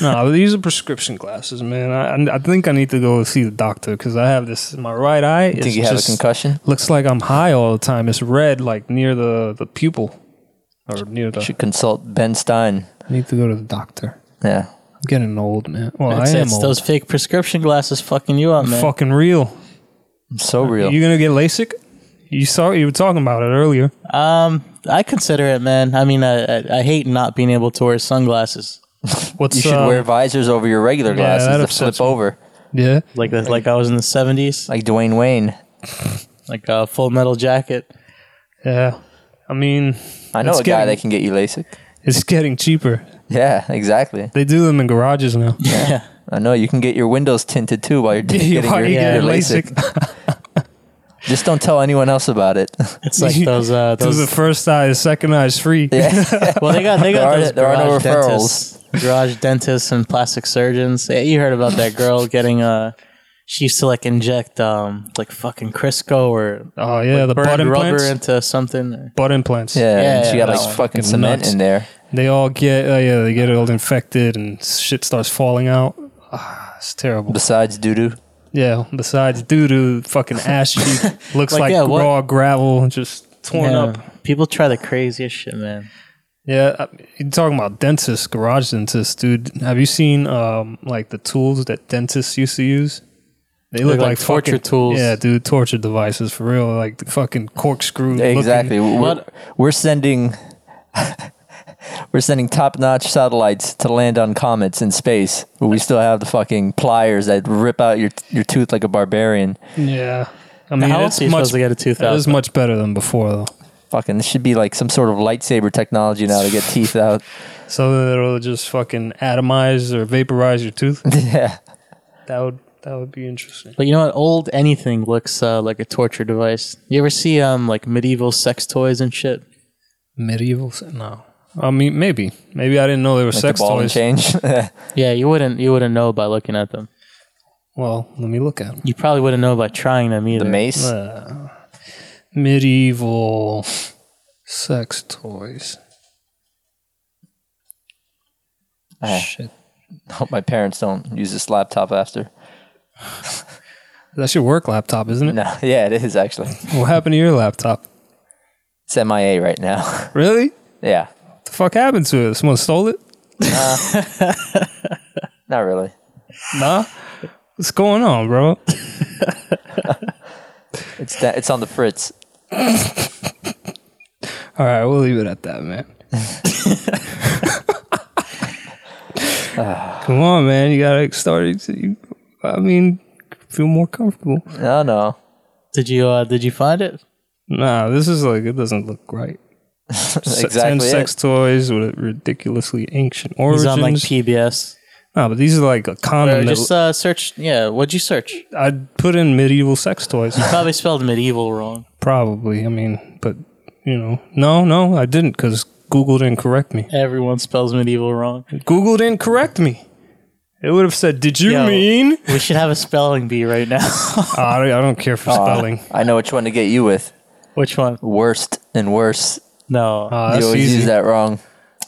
[SPEAKER 2] No, these are prescription glasses, man. I, I think I need to go see the doctor because I have this in my right eye.
[SPEAKER 3] You think you have a concussion?
[SPEAKER 2] Looks like I'm high all the time. It's red, like near the the pupil, or near the.
[SPEAKER 3] Should consult Ben Stein.
[SPEAKER 2] I need to go to the doctor.
[SPEAKER 3] Yeah,
[SPEAKER 2] I'm getting old, man. Well,
[SPEAKER 1] It's,
[SPEAKER 2] I am
[SPEAKER 1] it's
[SPEAKER 2] old.
[SPEAKER 1] those fake prescription glasses fucking you up, man.
[SPEAKER 2] Fucking real.
[SPEAKER 3] so real.
[SPEAKER 2] Uh, You gonna get LASIK? You saw you were talking about it earlier.
[SPEAKER 1] Um, I consider it, man. I mean, I, I, I hate not being able to wear sunglasses.
[SPEAKER 2] What's
[SPEAKER 3] You should
[SPEAKER 2] uh,
[SPEAKER 3] wear visors over your regular
[SPEAKER 2] Yeah,
[SPEAKER 3] glasses
[SPEAKER 2] that
[SPEAKER 3] to
[SPEAKER 2] upsets
[SPEAKER 3] flip
[SPEAKER 2] me.
[SPEAKER 3] over,
[SPEAKER 2] Yeah,
[SPEAKER 1] Like the, like I was in the seventies,
[SPEAKER 3] like Dwayne Wayne.
[SPEAKER 1] like a full metal jacket.
[SPEAKER 2] yeah. I mean,
[SPEAKER 3] I know
[SPEAKER 2] It's
[SPEAKER 3] a guy
[SPEAKER 2] getting-
[SPEAKER 3] that can get you LASIK.
[SPEAKER 2] it's getting cheaper.
[SPEAKER 3] Yeah, exactly.
[SPEAKER 2] They do them in garages now.
[SPEAKER 1] Yeah,
[SPEAKER 3] I know you can get your windows tinted too while you're getting your,
[SPEAKER 2] Why are you
[SPEAKER 3] your
[SPEAKER 2] getting
[SPEAKER 3] LASIK. Just don't tell anyone else about it.
[SPEAKER 1] it's like those uh,
[SPEAKER 2] This
[SPEAKER 1] those.
[SPEAKER 2] is the first eye. The second eye is free.
[SPEAKER 1] well, they got they
[SPEAKER 3] There
[SPEAKER 1] got
[SPEAKER 3] are-
[SPEAKER 1] those
[SPEAKER 3] there are no
[SPEAKER 1] garage dentists, garage dentists and plastic surgeons. Yeah, you heard about that girl getting uh, she used to like inject um like fucking Crisco or
[SPEAKER 2] Oh yeah, the butt
[SPEAKER 1] burned rubber
[SPEAKER 2] implants.
[SPEAKER 1] into something. or-
[SPEAKER 2] butt implants.
[SPEAKER 3] Yeah,
[SPEAKER 1] Yeah,
[SPEAKER 3] and she
[SPEAKER 1] yeah,
[SPEAKER 3] got
[SPEAKER 1] that
[SPEAKER 3] like
[SPEAKER 1] one.
[SPEAKER 3] fucking
[SPEAKER 2] Fucking
[SPEAKER 3] cement
[SPEAKER 2] nuts.
[SPEAKER 3] in there.
[SPEAKER 2] They all get oh yeah, they get all infected and shit starts falling out. Ah, it's terrible.
[SPEAKER 3] Besides doo doo,
[SPEAKER 2] Yeah. Besides, doo doo, fucking ash cheek looks
[SPEAKER 1] Like,
[SPEAKER 2] like,
[SPEAKER 1] yeah, what-
[SPEAKER 2] raw gravel, just torn
[SPEAKER 1] Yeah.
[SPEAKER 2] up.
[SPEAKER 1] People try the craziest shit, man.
[SPEAKER 2] Yeah, I- you're talking about dentists, garage dentists, dude. Have you seen um like the tools that dentists used to use? They look
[SPEAKER 1] like
[SPEAKER 2] like,
[SPEAKER 1] torture
[SPEAKER 2] fucking-
[SPEAKER 1] tools.
[SPEAKER 2] Yeah, dude, torture devices for real. Like the fucking corkscrew. looking-
[SPEAKER 3] exactly. We're,
[SPEAKER 1] What-
[SPEAKER 3] we're sending we're sending top notch satellites to land on comets in space, but we still have the fucking pliers that rip out your your tooth like a barbarian.
[SPEAKER 2] Yeah. I mean,
[SPEAKER 1] How else
[SPEAKER 2] it's
[SPEAKER 1] are you
[SPEAKER 2] much,
[SPEAKER 1] supposed to get a tooth
[SPEAKER 2] that
[SPEAKER 1] out?
[SPEAKER 2] is much better than before, though.
[SPEAKER 3] Fucking, this should be like some sort of lightsaber technology now to get teeth out.
[SPEAKER 2] So that it'll just fucking atomize or vaporize your tooth.
[SPEAKER 3] yeah,
[SPEAKER 2] That would that would be interesting.
[SPEAKER 1] But you know what? Old anything looks uh, like a torture device. You ever see um like medieval sex toys and shit?
[SPEAKER 2] Medieval? se- No. I mean, maybe. Maybe I didn't know they were
[SPEAKER 3] like
[SPEAKER 2] sex
[SPEAKER 3] the ball
[SPEAKER 2] toys.
[SPEAKER 3] and change.
[SPEAKER 1] Yeah, you wouldn't you wouldn't know by looking at them.
[SPEAKER 2] Well, let me look at them.
[SPEAKER 1] You probably wouldn't know by trying them either.
[SPEAKER 3] the mace.
[SPEAKER 2] uh, Medieval sex toys.
[SPEAKER 3] Ah.
[SPEAKER 2] Shit.
[SPEAKER 3] Hope my parents don't use this laptop after.
[SPEAKER 2] That's your work laptop, isn't it?
[SPEAKER 3] No, yeah, it is actually.
[SPEAKER 2] What happened to your laptop?
[SPEAKER 3] It's MIA right now.
[SPEAKER 2] Really?
[SPEAKER 3] yeah,
[SPEAKER 2] What the fuck happened to it? Someone stole it?
[SPEAKER 3] not really.
[SPEAKER 2] Nah. What's going on, bro?
[SPEAKER 3] It's that. It's on the fritz.
[SPEAKER 2] All right, we'll leave it at that, man. Come on, man. You gotta start. it. You- I mean, feel more comfortable.
[SPEAKER 3] No, no.
[SPEAKER 1] Did you uh, did you find it?
[SPEAKER 2] Nah, this is like it doesn't look right.
[SPEAKER 3] That's
[SPEAKER 2] Se- Ten
[SPEAKER 3] exactly
[SPEAKER 2] sex
[SPEAKER 3] it.
[SPEAKER 2] toys with ridiculously ancient origins.
[SPEAKER 1] He's on like PBS.
[SPEAKER 2] nah, but these are like a
[SPEAKER 1] Or
[SPEAKER 2] condom. that-
[SPEAKER 1] just uh, search. Yeah, what'd you search?
[SPEAKER 2] I put in medieval sex toys.
[SPEAKER 1] Probably spelled medieval wrong.
[SPEAKER 2] Probably. I mean, but you know, no, no, I didn't because Google didn't correct me.
[SPEAKER 1] Everyone spells medieval wrong.
[SPEAKER 2] Google didn't correct me. It would have said, "Did you
[SPEAKER 1] Yo.
[SPEAKER 2] mean?" Ah,
[SPEAKER 1] We should have a spelling bee right now.
[SPEAKER 2] I don't, I don't care for spelling.
[SPEAKER 3] I know which one to get you with.
[SPEAKER 1] Which one?
[SPEAKER 3] Worst and worse.
[SPEAKER 1] No,
[SPEAKER 2] Ah,
[SPEAKER 3] You
[SPEAKER 2] that's
[SPEAKER 3] always
[SPEAKER 2] easy.
[SPEAKER 3] use
[SPEAKER 2] That.
[SPEAKER 3] that wrong.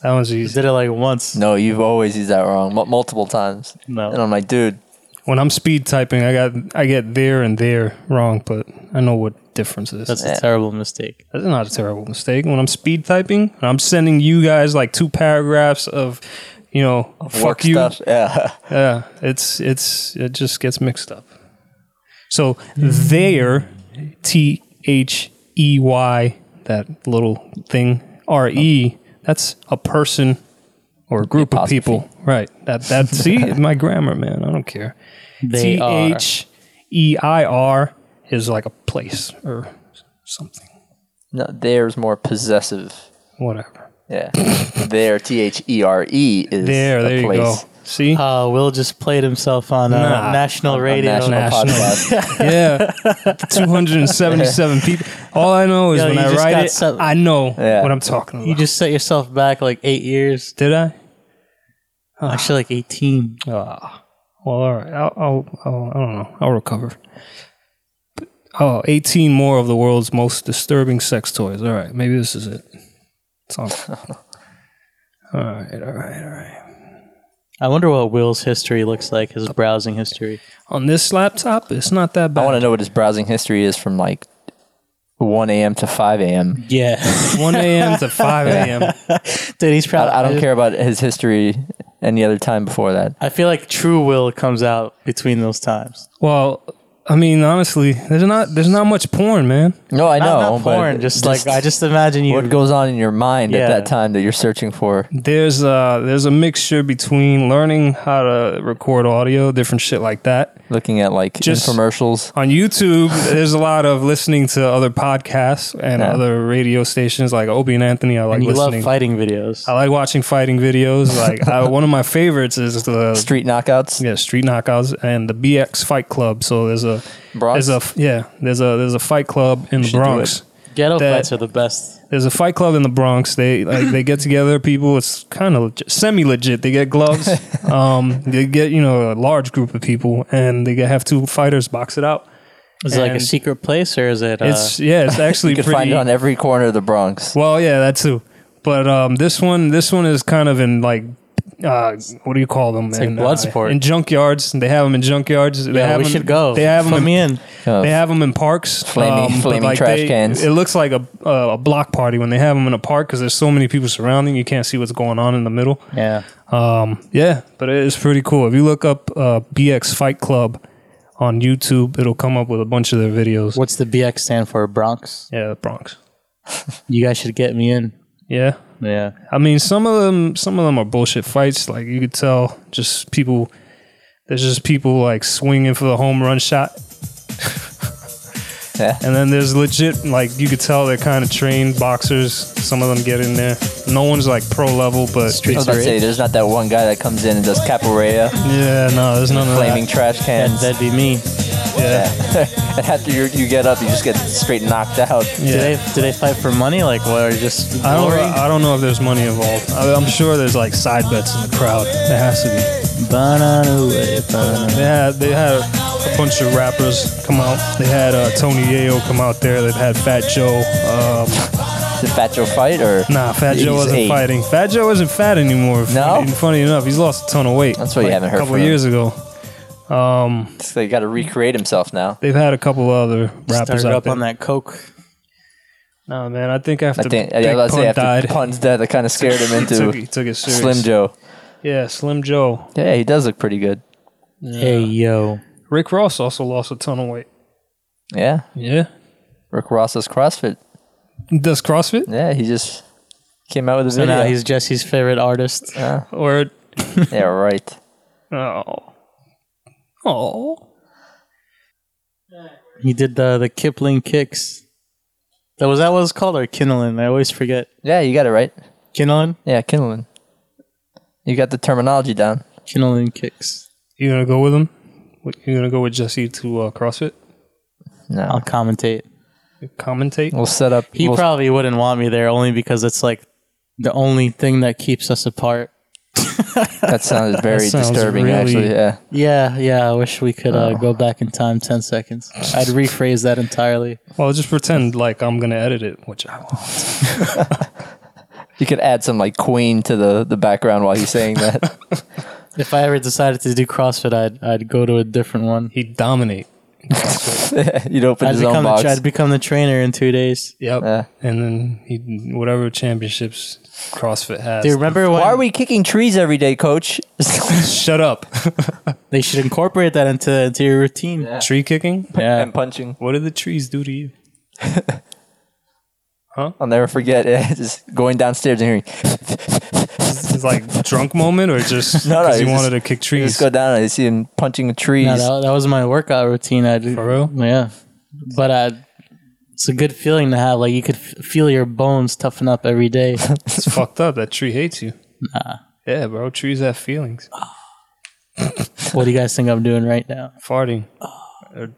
[SPEAKER 2] one's
[SPEAKER 1] you
[SPEAKER 2] easy.
[SPEAKER 1] did it like once.
[SPEAKER 3] Uh, No, you've always used that wrong mu- multiple times.
[SPEAKER 1] No.
[SPEAKER 3] And I'm like, dude,
[SPEAKER 2] When I'm speed typing, I got I get there and there wrong, but I know what difference is.
[SPEAKER 1] That's
[SPEAKER 2] That's,
[SPEAKER 1] a terrible mistake.
[SPEAKER 2] not a terrible mistake. When I'm speed typing, I'm sending you guys like two paragraphs of, you know,
[SPEAKER 3] work
[SPEAKER 2] fuck you.
[SPEAKER 3] stuff. Yeah.
[SPEAKER 2] Yeah, it's it's it just gets mixed up. So there, T H E Y, that little thing, R E. That's a person or a group of people, right? That that see my grammar, man. I don't care.
[SPEAKER 1] They
[SPEAKER 2] T
[SPEAKER 1] are.
[SPEAKER 2] H E I R is like a place or something,
[SPEAKER 3] No, there's more possessive.
[SPEAKER 2] whatever.
[SPEAKER 3] Yeah. there, T H E R E is
[SPEAKER 2] There,
[SPEAKER 3] a
[SPEAKER 2] there you
[SPEAKER 3] place.
[SPEAKER 2] go. See,
[SPEAKER 1] Uh, Will just played himself on uh,
[SPEAKER 2] Nah.
[SPEAKER 1] national
[SPEAKER 3] A
[SPEAKER 1] radio.
[SPEAKER 2] National.
[SPEAKER 3] national podcast.
[SPEAKER 2] Yeah, 277 people. All I know is
[SPEAKER 1] Yo,
[SPEAKER 2] when
[SPEAKER 1] you
[SPEAKER 2] I
[SPEAKER 1] just
[SPEAKER 2] write
[SPEAKER 1] got
[SPEAKER 2] it,
[SPEAKER 1] some-
[SPEAKER 2] I know
[SPEAKER 3] Yeah.
[SPEAKER 2] what I'm talking about.
[SPEAKER 1] You just set yourself back like eight years.
[SPEAKER 2] did I?
[SPEAKER 3] Ah.
[SPEAKER 1] Actually, like eighteen.
[SPEAKER 2] Well, all right. I'll, I'll, I'll, I don't know. I'll recover. But, oh, 18 more of the world's most disturbing sex toys. All right, maybe this is it. It's on. all right, all right, all right.
[SPEAKER 1] I wonder what Will's history looks like. His browsing history.
[SPEAKER 2] On this laptop, it's not that bad.
[SPEAKER 3] I want to know what his browsing history is from like 1 a.m. to 5 a.m.
[SPEAKER 1] Yeah,
[SPEAKER 2] 1 a.m. to 5 a.m.
[SPEAKER 1] dude, he's proud.
[SPEAKER 3] I, I don't care about his history any other time before that.
[SPEAKER 1] I feel like true Will comes out between those times.
[SPEAKER 2] Well, I mean, honestly, there's not there's not much porn, man.
[SPEAKER 3] No, I know.
[SPEAKER 1] Not, not
[SPEAKER 3] but
[SPEAKER 1] porn. Just, like I just imagine you.
[SPEAKER 3] what goes on in your mind
[SPEAKER 1] Yeah.
[SPEAKER 3] at that time that you're searching for.
[SPEAKER 2] There's uh there's a mixture between learning how to record audio, different shit like that,
[SPEAKER 3] Looking at like
[SPEAKER 2] Just-
[SPEAKER 3] infomercials.
[SPEAKER 2] on YouTube, there's a lot of listening to other podcasts and
[SPEAKER 3] Yeah.
[SPEAKER 2] other radio stations like Obie and Anthony. I like
[SPEAKER 1] and you love
[SPEAKER 2] listening. Uh,
[SPEAKER 1] fighting videos.
[SPEAKER 2] I like watching fighting videos. Like I, one of my favorites is the
[SPEAKER 3] Street knockouts.
[SPEAKER 2] yeah street knockouts and the BX Fight Club. So there's a
[SPEAKER 3] Bronx?
[SPEAKER 2] there's a yeah there's a there's a fight club in the
[SPEAKER 3] should do
[SPEAKER 2] Bronx.
[SPEAKER 3] it.
[SPEAKER 1] Ghetto
[SPEAKER 2] that-
[SPEAKER 1] fights are the best.
[SPEAKER 2] There's a fight club in the Bronx. They like they get together. People, it's kind of legit, semi legit. They get gloves. um, they get you know a large group of people, and they have two fighters box it out.
[SPEAKER 1] Is it like a
[SPEAKER 2] and-
[SPEAKER 1] secret place or is it? Uh,
[SPEAKER 2] It's yeah, it's actually
[SPEAKER 3] You can
[SPEAKER 2] pretty.
[SPEAKER 3] find it on every corner of the Bronx.
[SPEAKER 2] Well, yeah, that too. But um, this one, this one is kind of in like, uh, what do you call them? It's
[SPEAKER 1] like Bloodsport.
[SPEAKER 2] in junkyards. They have them in junkyards. They
[SPEAKER 1] yeah,
[SPEAKER 2] have
[SPEAKER 1] oh, we
[SPEAKER 2] 'em-
[SPEAKER 1] should go.
[SPEAKER 2] They have them.
[SPEAKER 1] Put
[SPEAKER 2] In,
[SPEAKER 1] me in.
[SPEAKER 3] Uh,
[SPEAKER 2] They have 'em in parks. um,
[SPEAKER 3] Flaming-
[SPEAKER 2] but,
[SPEAKER 3] flaming trash
[SPEAKER 2] they-
[SPEAKER 3] cans.
[SPEAKER 2] It looks like a uh, a block party when they have them in a park because there's so many people surrounding. You can't see what's going on in the middle.
[SPEAKER 1] Yeah.
[SPEAKER 3] Um,
[SPEAKER 2] Yeah, but it is pretty cool. If you look up uh, BX Fight Club on YouTube, it'll come up with a bunch of their videos.
[SPEAKER 1] What's the BX stand for? Bronx.
[SPEAKER 2] Yeah, Bronx.
[SPEAKER 1] You guys should get me in.
[SPEAKER 2] Yeah.
[SPEAKER 1] Yeah.
[SPEAKER 2] I mean, some of them, some of them are bullshit fights. Like you could tell, just people. There's just people like swinging for the home run shot,
[SPEAKER 3] yeah.
[SPEAKER 2] and then there's legit like you could tell they're kind of trained boxers. Some of them get in there. No one's like pro level, but
[SPEAKER 3] I was about to say, there's not that one guy that comes in and does capoeira,
[SPEAKER 2] Oh, yeah, no, there's none of
[SPEAKER 3] flaming
[SPEAKER 2] that.
[SPEAKER 3] trash
[SPEAKER 1] And
[SPEAKER 3] cans.
[SPEAKER 1] that'd be me.
[SPEAKER 3] and after you you get up, you just get straight knocked out.
[SPEAKER 1] Do
[SPEAKER 2] Yeah.
[SPEAKER 1] they do they fight for money? Like what? Or just
[SPEAKER 2] I don't,
[SPEAKER 1] glory?
[SPEAKER 2] I don't know if there's money involved. I, I'm sure there's like side bets in the crowd. There has to be.
[SPEAKER 1] Banana way, banana.
[SPEAKER 2] They had they had a bunch of rappers come out. They had uh, Tony Yayo come out there. They've had Fat Joe. Um,
[SPEAKER 3] The Fat Joe fight or
[SPEAKER 2] Nah, Fat Joe
[SPEAKER 3] He's
[SPEAKER 2] wasn't
[SPEAKER 3] eight.
[SPEAKER 2] fighting. Fat Joe isn't fat anymore.
[SPEAKER 3] No?
[SPEAKER 2] And funny enough, he's lost a ton of weight.
[SPEAKER 3] That's why you haven't heard
[SPEAKER 2] A couple
[SPEAKER 3] from him.
[SPEAKER 2] years ago,
[SPEAKER 3] So you got to recreate himself now.
[SPEAKER 2] they've had a couple other rappers
[SPEAKER 1] Started
[SPEAKER 2] out
[SPEAKER 1] up
[SPEAKER 2] there.
[SPEAKER 1] on that coke.
[SPEAKER 2] Nah, man, I think after
[SPEAKER 3] I think
[SPEAKER 2] Big
[SPEAKER 3] yeah, I was about to
[SPEAKER 2] Pun
[SPEAKER 3] say
[SPEAKER 2] died,
[SPEAKER 3] after Pun's dead, that kind of scared him
[SPEAKER 2] he took,
[SPEAKER 3] into
[SPEAKER 2] he took it serious.
[SPEAKER 3] Slim Joe.
[SPEAKER 2] Yeah, Slim Joe.
[SPEAKER 3] Yeah, he does look pretty good.
[SPEAKER 1] Hey yo.
[SPEAKER 2] Rick Ross also lost a ton of weight.
[SPEAKER 3] Yeah.
[SPEAKER 2] Yeah.
[SPEAKER 3] Rick Ross does CrossFit.
[SPEAKER 2] Does CrossFit?
[SPEAKER 3] Yeah, he just came out with a
[SPEAKER 1] So
[SPEAKER 3] video.
[SPEAKER 1] now he's Jesse's favorite artist.
[SPEAKER 2] Or
[SPEAKER 3] yeah, right.
[SPEAKER 2] oh. Oh.
[SPEAKER 1] He did the the Kipling kicks. That was that what it's called or Kinnelin? I always forget.
[SPEAKER 3] Yeah, you got it right.
[SPEAKER 1] Kinnelin?
[SPEAKER 3] Yeah, kindling. You got the terminology down.
[SPEAKER 1] Kinnelin kicks.
[SPEAKER 2] You gonna go with him? What, You gonna go with Jesse to uh, CrossFit?
[SPEAKER 1] I'll
[SPEAKER 2] Oh.
[SPEAKER 3] No,
[SPEAKER 1] commentate.
[SPEAKER 2] Commentate?
[SPEAKER 3] we'll set up.
[SPEAKER 1] He
[SPEAKER 3] we'll-
[SPEAKER 1] probably wouldn't want me there only because it's like the only thing that keeps us apart.
[SPEAKER 3] that sounded very
[SPEAKER 2] sounds
[SPEAKER 3] disturbing.
[SPEAKER 2] really-
[SPEAKER 3] Actually, yeah.
[SPEAKER 1] Yeah, yeah. I wish we could uh, go back in time ten seconds. I'd rephrase that entirely.
[SPEAKER 2] Well, just pretend like I'm gonna edit it, which I won't.
[SPEAKER 3] You could add some like Queen to the the background while he's saying that.
[SPEAKER 1] If I ever decided to do CrossFit, I'd I'd go to a different one.
[SPEAKER 2] He'd dominate.
[SPEAKER 3] You'd open
[SPEAKER 1] I'd
[SPEAKER 3] his own
[SPEAKER 1] become the,
[SPEAKER 3] box.
[SPEAKER 1] I'd become the trainer in two days.
[SPEAKER 2] Yep.
[SPEAKER 3] Yeah.
[SPEAKER 2] And then he whatever championships CrossFit has.
[SPEAKER 1] Do you remember when
[SPEAKER 3] Why are we kicking trees every day, Coach?
[SPEAKER 2] Shut up.
[SPEAKER 1] they should incorporate that into into your routine?
[SPEAKER 2] Tree kicking?
[SPEAKER 1] yeah.
[SPEAKER 3] and punching.
[SPEAKER 2] What do the trees do to you?
[SPEAKER 3] I'll never forget. Yeah, just going downstairs and hearing.
[SPEAKER 2] It's like drunk moment or just
[SPEAKER 3] No, no,
[SPEAKER 2] because he
[SPEAKER 3] it's
[SPEAKER 2] wanted
[SPEAKER 3] just-
[SPEAKER 2] to kick
[SPEAKER 3] You
[SPEAKER 2] trees?
[SPEAKER 3] just go down and you see him punching trees.
[SPEAKER 1] No, that, that was my workout routine. I did.
[SPEAKER 2] For real?
[SPEAKER 1] Yeah, but uh, it's a good feeling to have. Like you could f- feel your bones toughen up every day.
[SPEAKER 2] It's fucked up. That tree hates you. Nah. Yeah, bro. Trees have feelings.
[SPEAKER 1] what do you guys think I'm doing right now?
[SPEAKER 2] Farting.
[SPEAKER 3] No, I, don't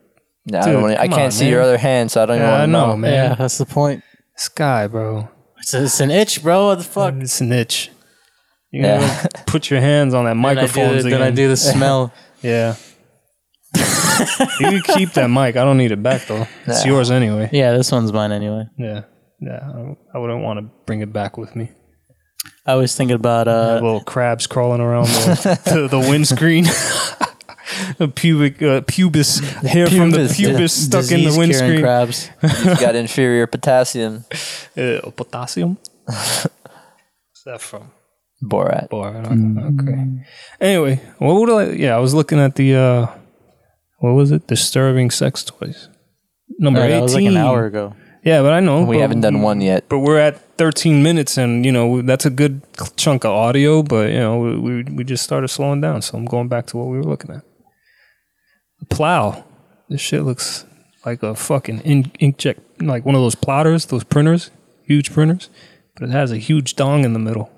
[SPEAKER 2] Dude,
[SPEAKER 3] wanna, I
[SPEAKER 2] come
[SPEAKER 3] can't
[SPEAKER 2] on,
[SPEAKER 3] see your
[SPEAKER 2] man.
[SPEAKER 3] other hand, so I don't even
[SPEAKER 2] Yeah,
[SPEAKER 3] want
[SPEAKER 2] I
[SPEAKER 3] to
[SPEAKER 2] know,
[SPEAKER 3] know.
[SPEAKER 2] man.
[SPEAKER 1] Yeah, that's the point.
[SPEAKER 2] Sky, bro.
[SPEAKER 1] It's, it's an itch, bro. What the fuck?
[SPEAKER 2] It's an itch. You
[SPEAKER 3] Yeah.
[SPEAKER 2] know, put your hands on that
[SPEAKER 1] Then I, do
[SPEAKER 2] microphone.
[SPEAKER 1] the, then I do the smell.
[SPEAKER 2] Yeah. you can keep that mic. I don't need it back though. It's yours anyway.
[SPEAKER 1] yeah, this one's mine anyway.
[SPEAKER 2] Yeah. Yeah. I don't- I wouldn't want to bring it back with me.
[SPEAKER 1] I was thinking about uh,
[SPEAKER 2] Little crabs crawling around the, the, the windscreen. The pubic uh, pubis hair from the
[SPEAKER 3] Pubis, yeah.
[SPEAKER 2] pubis stuck in the
[SPEAKER 1] disease-curing
[SPEAKER 2] windscreen.
[SPEAKER 1] crabs.
[SPEAKER 3] You got inferior potassium.
[SPEAKER 2] Uh, potassium. What's that from?
[SPEAKER 3] Borat.
[SPEAKER 2] Or Oh, I don't know.
[SPEAKER 1] Mm.
[SPEAKER 2] Okay. Anyway, what would I? Yeah, I was looking at the uh, what was it? Disturbing sex toys. Number
[SPEAKER 1] Alright,
[SPEAKER 2] eighteen.
[SPEAKER 1] that was like an hour ago.
[SPEAKER 2] Yeah, but I know
[SPEAKER 3] We
[SPEAKER 2] but-
[SPEAKER 3] haven't done one yet.
[SPEAKER 2] but we're at 13 minutes and you know that's a good chunk of audio but you know we, we, we just started slowing down so i'm going back to what we were looking at the plow this shit looks like a fucking in, inkjet like one of those plotters those printers huge printers but it has a huge dong in the middle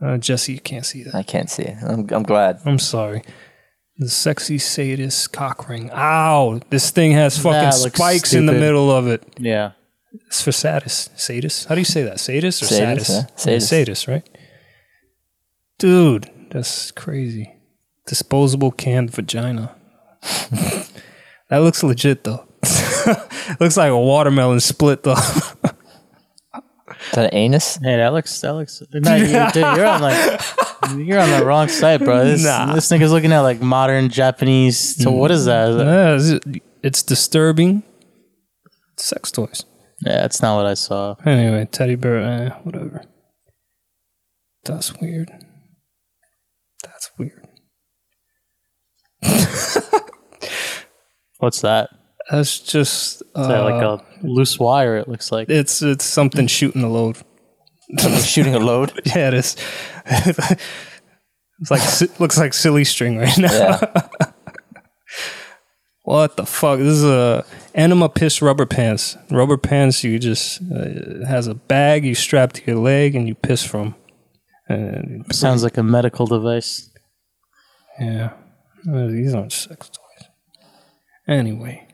[SPEAKER 2] uh, jesse you can't see that
[SPEAKER 3] I can't see it. I'm, I'm glad.
[SPEAKER 2] i'm sorry the sexy sadist cock ring ow this thing has fucking
[SPEAKER 1] That looks
[SPEAKER 2] spikes in the
[SPEAKER 1] stupid.
[SPEAKER 2] middle of it
[SPEAKER 1] Yeah.
[SPEAKER 2] it's for sadist. Sadist? How do you say that? Sadist or
[SPEAKER 3] Sadist,
[SPEAKER 2] sadist?
[SPEAKER 3] yeah. Sadist.
[SPEAKER 2] Sadist. right? Dude, that's crazy. Disposable canned vagina. that looks legit though. looks like a watermelon split though.
[SPEAKER 3] Is that an anus?
[SPEAKER 1] Hey, that looks that looks. No, you, dude, you're on like you're on the wrong site, bro. This,
[SPEAKER 2] Nah. Mm.
[SPEAKER 1] this nigga's looking at like modern Japanese. So what is that? Is that-
[SPEAKER 2] Yeah, it's, it's disturbing. Sex toys.
[SPEAKER 1] Yeah, that's not what I saw.
[SPEAKER 2] Anyway, teddy bear, eh, whatever. That's weird. That's weird.
[SPEAKER 1] What's that?
[SPEAKER 2] That's just
[SPEAKER 1] Is that
[SPEAKER 2] uh,
[SPEAKER 1] like a loose wire? It looks like.
[SPEAKER 2] it's it's something shooting a load.
[SPEAKER 3] Shooting a load?
[SPEAKER 2] Yeah, it is. it's like si- looks like silly string right now.
[SPEAKER 3] Yeah.
[SPEAKER 2] What the fuck? This is a enema piss rubber pants. Rubber pants. You just uh, it has a bag you strap to your leg and you piss from. And
[SPEAKER 1] Sounds like a medical device.
[SPEAKER 2] yeah, Uh, these aren't sex toys. Anyway,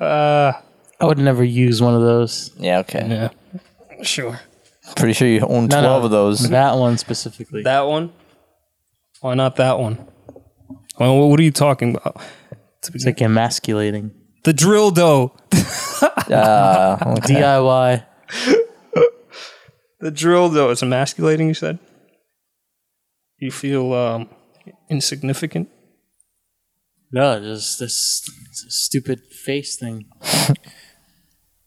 [SPEAKER 1] I would never use one of those.
[SPEAKER 3] Yeah, okay.
[SPEAKER 2] yeah, sure.
[SPEAKER 3] Pretty sure you own
[SPEAKER 1] No,
[SPEAKER 3] 12
[SPEAKER 1] no,
[SPEAKER 3] of those.
[SPEAKER 1] That one specifically.
[SPEAKER 2] That one? Why not that one? Well, what are you talking about?
[SPEAKER 1] it's like emasculating.
[SPEAKER 2] The drill dough.
[SPEAKER 1] DIY.
[SPEAKER 2] The drill, though, is emasculating, you said? You feel um, insignificant?
[SPEAKER 1] No, just this, this stupid face thing.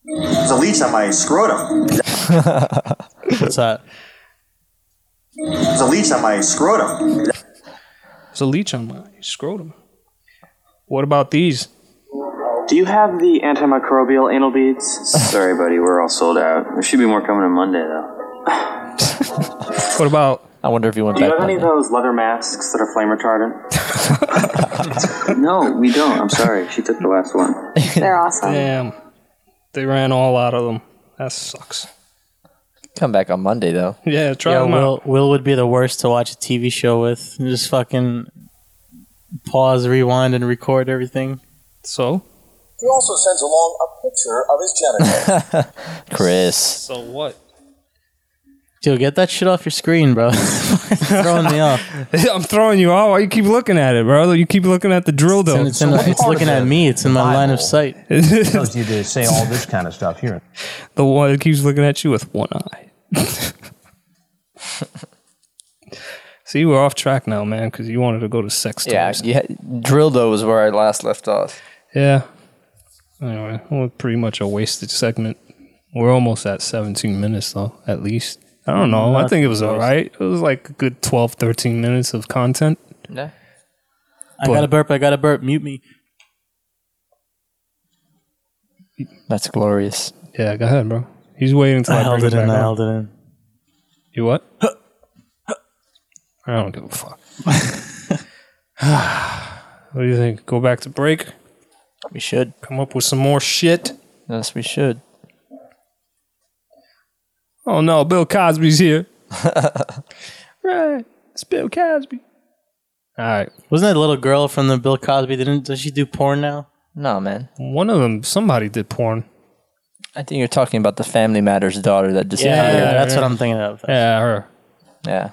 [SPEAKER 10] There's a leech on my scrotum.
[SPEAKER 1] What's that?
[SPEAKER 10] There's a leech on my scrotum.
[SPEAKER 2] There's a leech on my scrotum. What about these?
[SPEAKER 11] Do you have the antimicrobial anal beads? Sorry, buddy, we're all sold out. There should be more coming on Monday, though.
[SPEAKER 2] What about?
[SPEAKER 3] I wonder if you went
[SPEAKER 11] Do you
[SPEAKER 3] back.
[SPEAKER 11] have any of
[SPEAKER 3] Monday.
[SPEAKER 11] those leather masks that are flame retardant? no, we don't. I'm sorry. She took the last one.
[SPEAKER 12] They're awesome.
[SPEAKER 2] Damn, they ran all out of them. That sucks.
[SPEAKER 3] Come back on Monday though.
[SPEAKER 2] Yeah, try
[SPEAKER 1] yeah,
[SPEAKER 2] them
[SPEAKER 1] Will,
[SPEAKER 2] out.
[SPEAKER 1] Will would be the worst to watch a TV show with. You just fucking pause, rewind, and record everything.
[SPEAKER 2] So
[SPEAKER 13] He also sends along a picture of his genitals.
[SPEAKER 3] Chris,
[SPEAKER 2] So what?
[SPEAKER 1] dude, get that shit off your screen, bro. throwing me off.
[SPEAKER 2] I'm throwing you off. Why you keep looking at it, bro? You keep looking at the drill,
[SPEAKER 1] It's,
[SPEAKER 2] though.
[SPEAKER 1] in- it's in- it's looking at me. It's in my line of sight.
[SPEAKER 2] tells
[SPEAKER 7] you to say all this kind of stuff here.
[SPEAKER 2] The one that keeps looking at you with one eye. See, we're off track now, man, because you wanted to go to sex
[SPEAKER 3] Yeah,
[SPEAKER 2] toys.
[SPEAKER 3] you had, Drildo was where I last left off.
[SPEAKER 2] Yeah. Anyway, well, pretty much a wasted segment. We're almost at 17 minutes, though, at least. I don't know. I
[SPEAKER 3] Not
[SPEAKER 2] think it was
[SPEAKER 3] close.
[SPEAKER 2] all right. It was like a good 12, 13 minutes of content.
[SPEAKER 3] Yeah.
[SPEAKER 1] I got to burp. I got to burp. Mute me.
[SPEAKER 3] That's glorious.
[SPEAKER 2] Yeah, go ahead, bro. He's waiting until I,
[SPEAKER 1] I held
[SPEAKER 2] bring
[SPEAKER 1] it in.
[SPEAKER 2] back
[SPEAKER 1] I
[SPEAKER 2] up.
[SPEAKER 1] held it in.
[SPEAKER 2] You what? I don't give a fuck. what do you think? Go back to break?
[SPEAKER 3] We should.
[SPEAKER 2] Come up with some more shit.
[SPEAKER 3] Yes, we should.
[SPEAKER 2] Oh no, Bill Cosby's here. right. It's Bill Cosby. All right.
[SPEAKER 1] Wasn't that little girl from the Bill Cosby? Didn't does she do porn now?
[SPEAKER 3] No, man.
[SPEAKER 2] One of them, somebody did porn.
[SPEAKER 3] I think you're talking about the Family Matters daughter that disappeared.
[SPEAKER 1] Yeah, that's what I'm thinking of.
[SPEAKER 2] Yeah, her.
[SPEAKER 3] Yeah.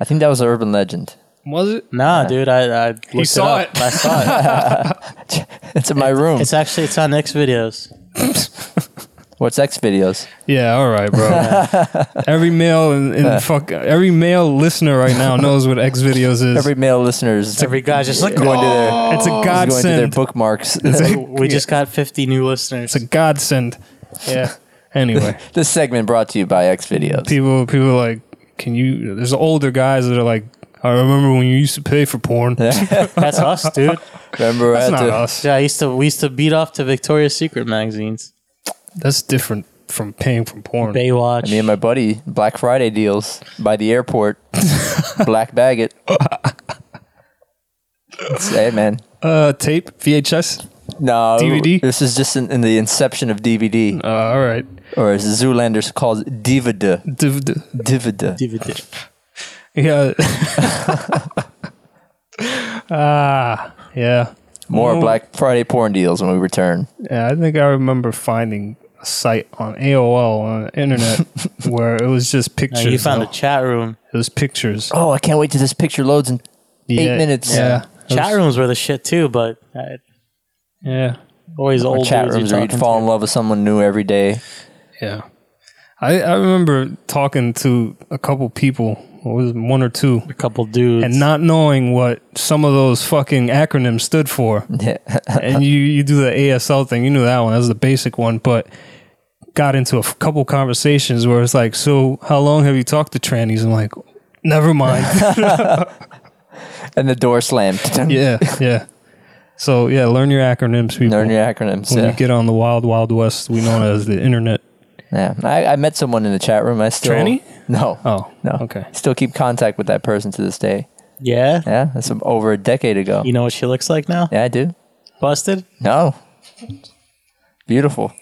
[SPEAKER 3] I think that was an urban legend.
[SPEAKER 2] Was it?
[SPEAKER 1] Nah, dude. I, I
[SPEAKER 3] He
[SPEAKER 1] looked
[SPEAKER 3] saw
[SPEAKER 1] it. up.
[SPEAKER 3] it.
[SPEAKER 1] I saw it.
[SPEAKER 3] it's in my room.
[SPEAKER 1] It's actually it's on X videos.
[SPEAKER 3] What's X videos?
[SPEAKER 2] Yeah, all right, bro. every male in, in the fuck, every male listener right now knows what X videos is.
[SPEAKER 3] Every oh, male listener is
[SPEAKER 1] Every guy's just like
[SPEAKER 3] going to their
[SPEAKER 2] It's a
[SPEAKER 3] is Going to their
[SPEAKER 2] godsend.
[SPEAKER 3] bookmarks.
[SPEAKER 2] It's a-
[SPEAKER 1] We just got 50 new listeners.
[SPEAKER 2] It's a godsend. Yeah. Anyway.
[SPEAKER 3] this segment brought to you by X videos.
[SPEAKER 2] people people are like can you there's older guys that are like i remember when you used to pay for porn
[SPEAKER 1] That's us, dude.
[SPEAKER 3] Remember,
[SPEAKER 2] That's not us.
[SPEAKER 1] Yeah, I used to. We used to beat off to Victoria's Secret magazines.
[SPEAKER 2] that's different from paying for porn
[SPEAKER 1] Baywatch.
[SPEAKER 3] Me and my buddy, Black Friday deals by the airport. Black bag it. It's- hey, man.
[SPEAKER 2] uh tape vhs
[SPEAKER 3] No.
[SPEAKER 2] DVD?
[SPEAKER 3] This is just in, in the inception of DVD.
[SPEAKER 2] Uh, all right.
[SPEAKER 3] Or as Zoolanders calls it, DVD.
[SPEAKER 2] DVD.
[SPEAKER 3] DVD.
[SPEAKER 1] DVD.
[SPEAKER 2] yeah ah yeah
[SPEAKER 3] More
[SPEAKER 2] Oh.
[SPEAKER 3] Black Friday porn deals when we return.
[SPEAKER 2] yeah i think i remember finding a site on aol on the internet where it was just
[SPEAKER 1] Now,
[SPEAKER 2] pictures
[SPEAKER 1] you found
[SPEAKER 2] though.
[SPEAKER 1] a chat room.
[SPEAKER 2] it was pictures
[SPEAKER 3] Oh, I can't wait till this picture loads in eight minutes.
[SPEAKER 2] yeah
[SPEAKER 1] Chat rooms were the shit too, but I,
[SPEAKER 2] yeah
[SPEAKER 1] always
[SPEAKER 3] Or
[SPEAKER 1] old
[SPEAKER 3] chat
[SPEAKER 1] dudes
[SPEAKER 3] rooms
[SPEAKER 1] you're
[SPEAKER 3] where you'd
[SPEAKER 1] talking
[SPEAKER 3] fall
[SPEAKER 1] to.
[SPEAKER 3] in love with someone new every day.
[SPEAKER 2] Yeah. I, I remember talking to a couple people, or was it one or two,
[SPEAKER 1] A couple dudes.
[SPEAKER 2] and not knowing what some of those fucking acronyms stood for.
[SPEAKER 3] Yeah.
[SPEAKER 2] and you, you do the ASL thing, you knew that one, that was the basic one, but got into a f- couple conversations where it's like, so how long have you talked to trannies? I'm like, never mind.
[SPEAKER 3] and the door slammed.
[SPEAKER 2] yeah, yeah. So yeah, learn your acronyms, people.
[SPEAKER 3] Learn your acronyms.
[SPEAKER 2] when
[SPEAKER 3] Yeah.
[SPEAKER 2] you get on the wild, wild west, we know it as the internet.
[SPEAKER 3] yeah. I, I met someone in the chat room. I still.
[SPEAKER 2] Tranny?
[SPEAKER 3] No.
[SPEAKER 2] Oh,
[SPEAKER 3] No.
[SPEAKER 2] okay.
[SPEAKER 3] Still keep contact with that person to this day.
[SPEAKER 1] yeah.
[SPEAKER 3] Yeah. That's over a decade ago.
[SPEAKER 1] You know what she looks like now?
[SPEAKER 3] Yeah, I do.
[SPEAKER 1] Busted.
[SPEAKER 3] No. Beautiful.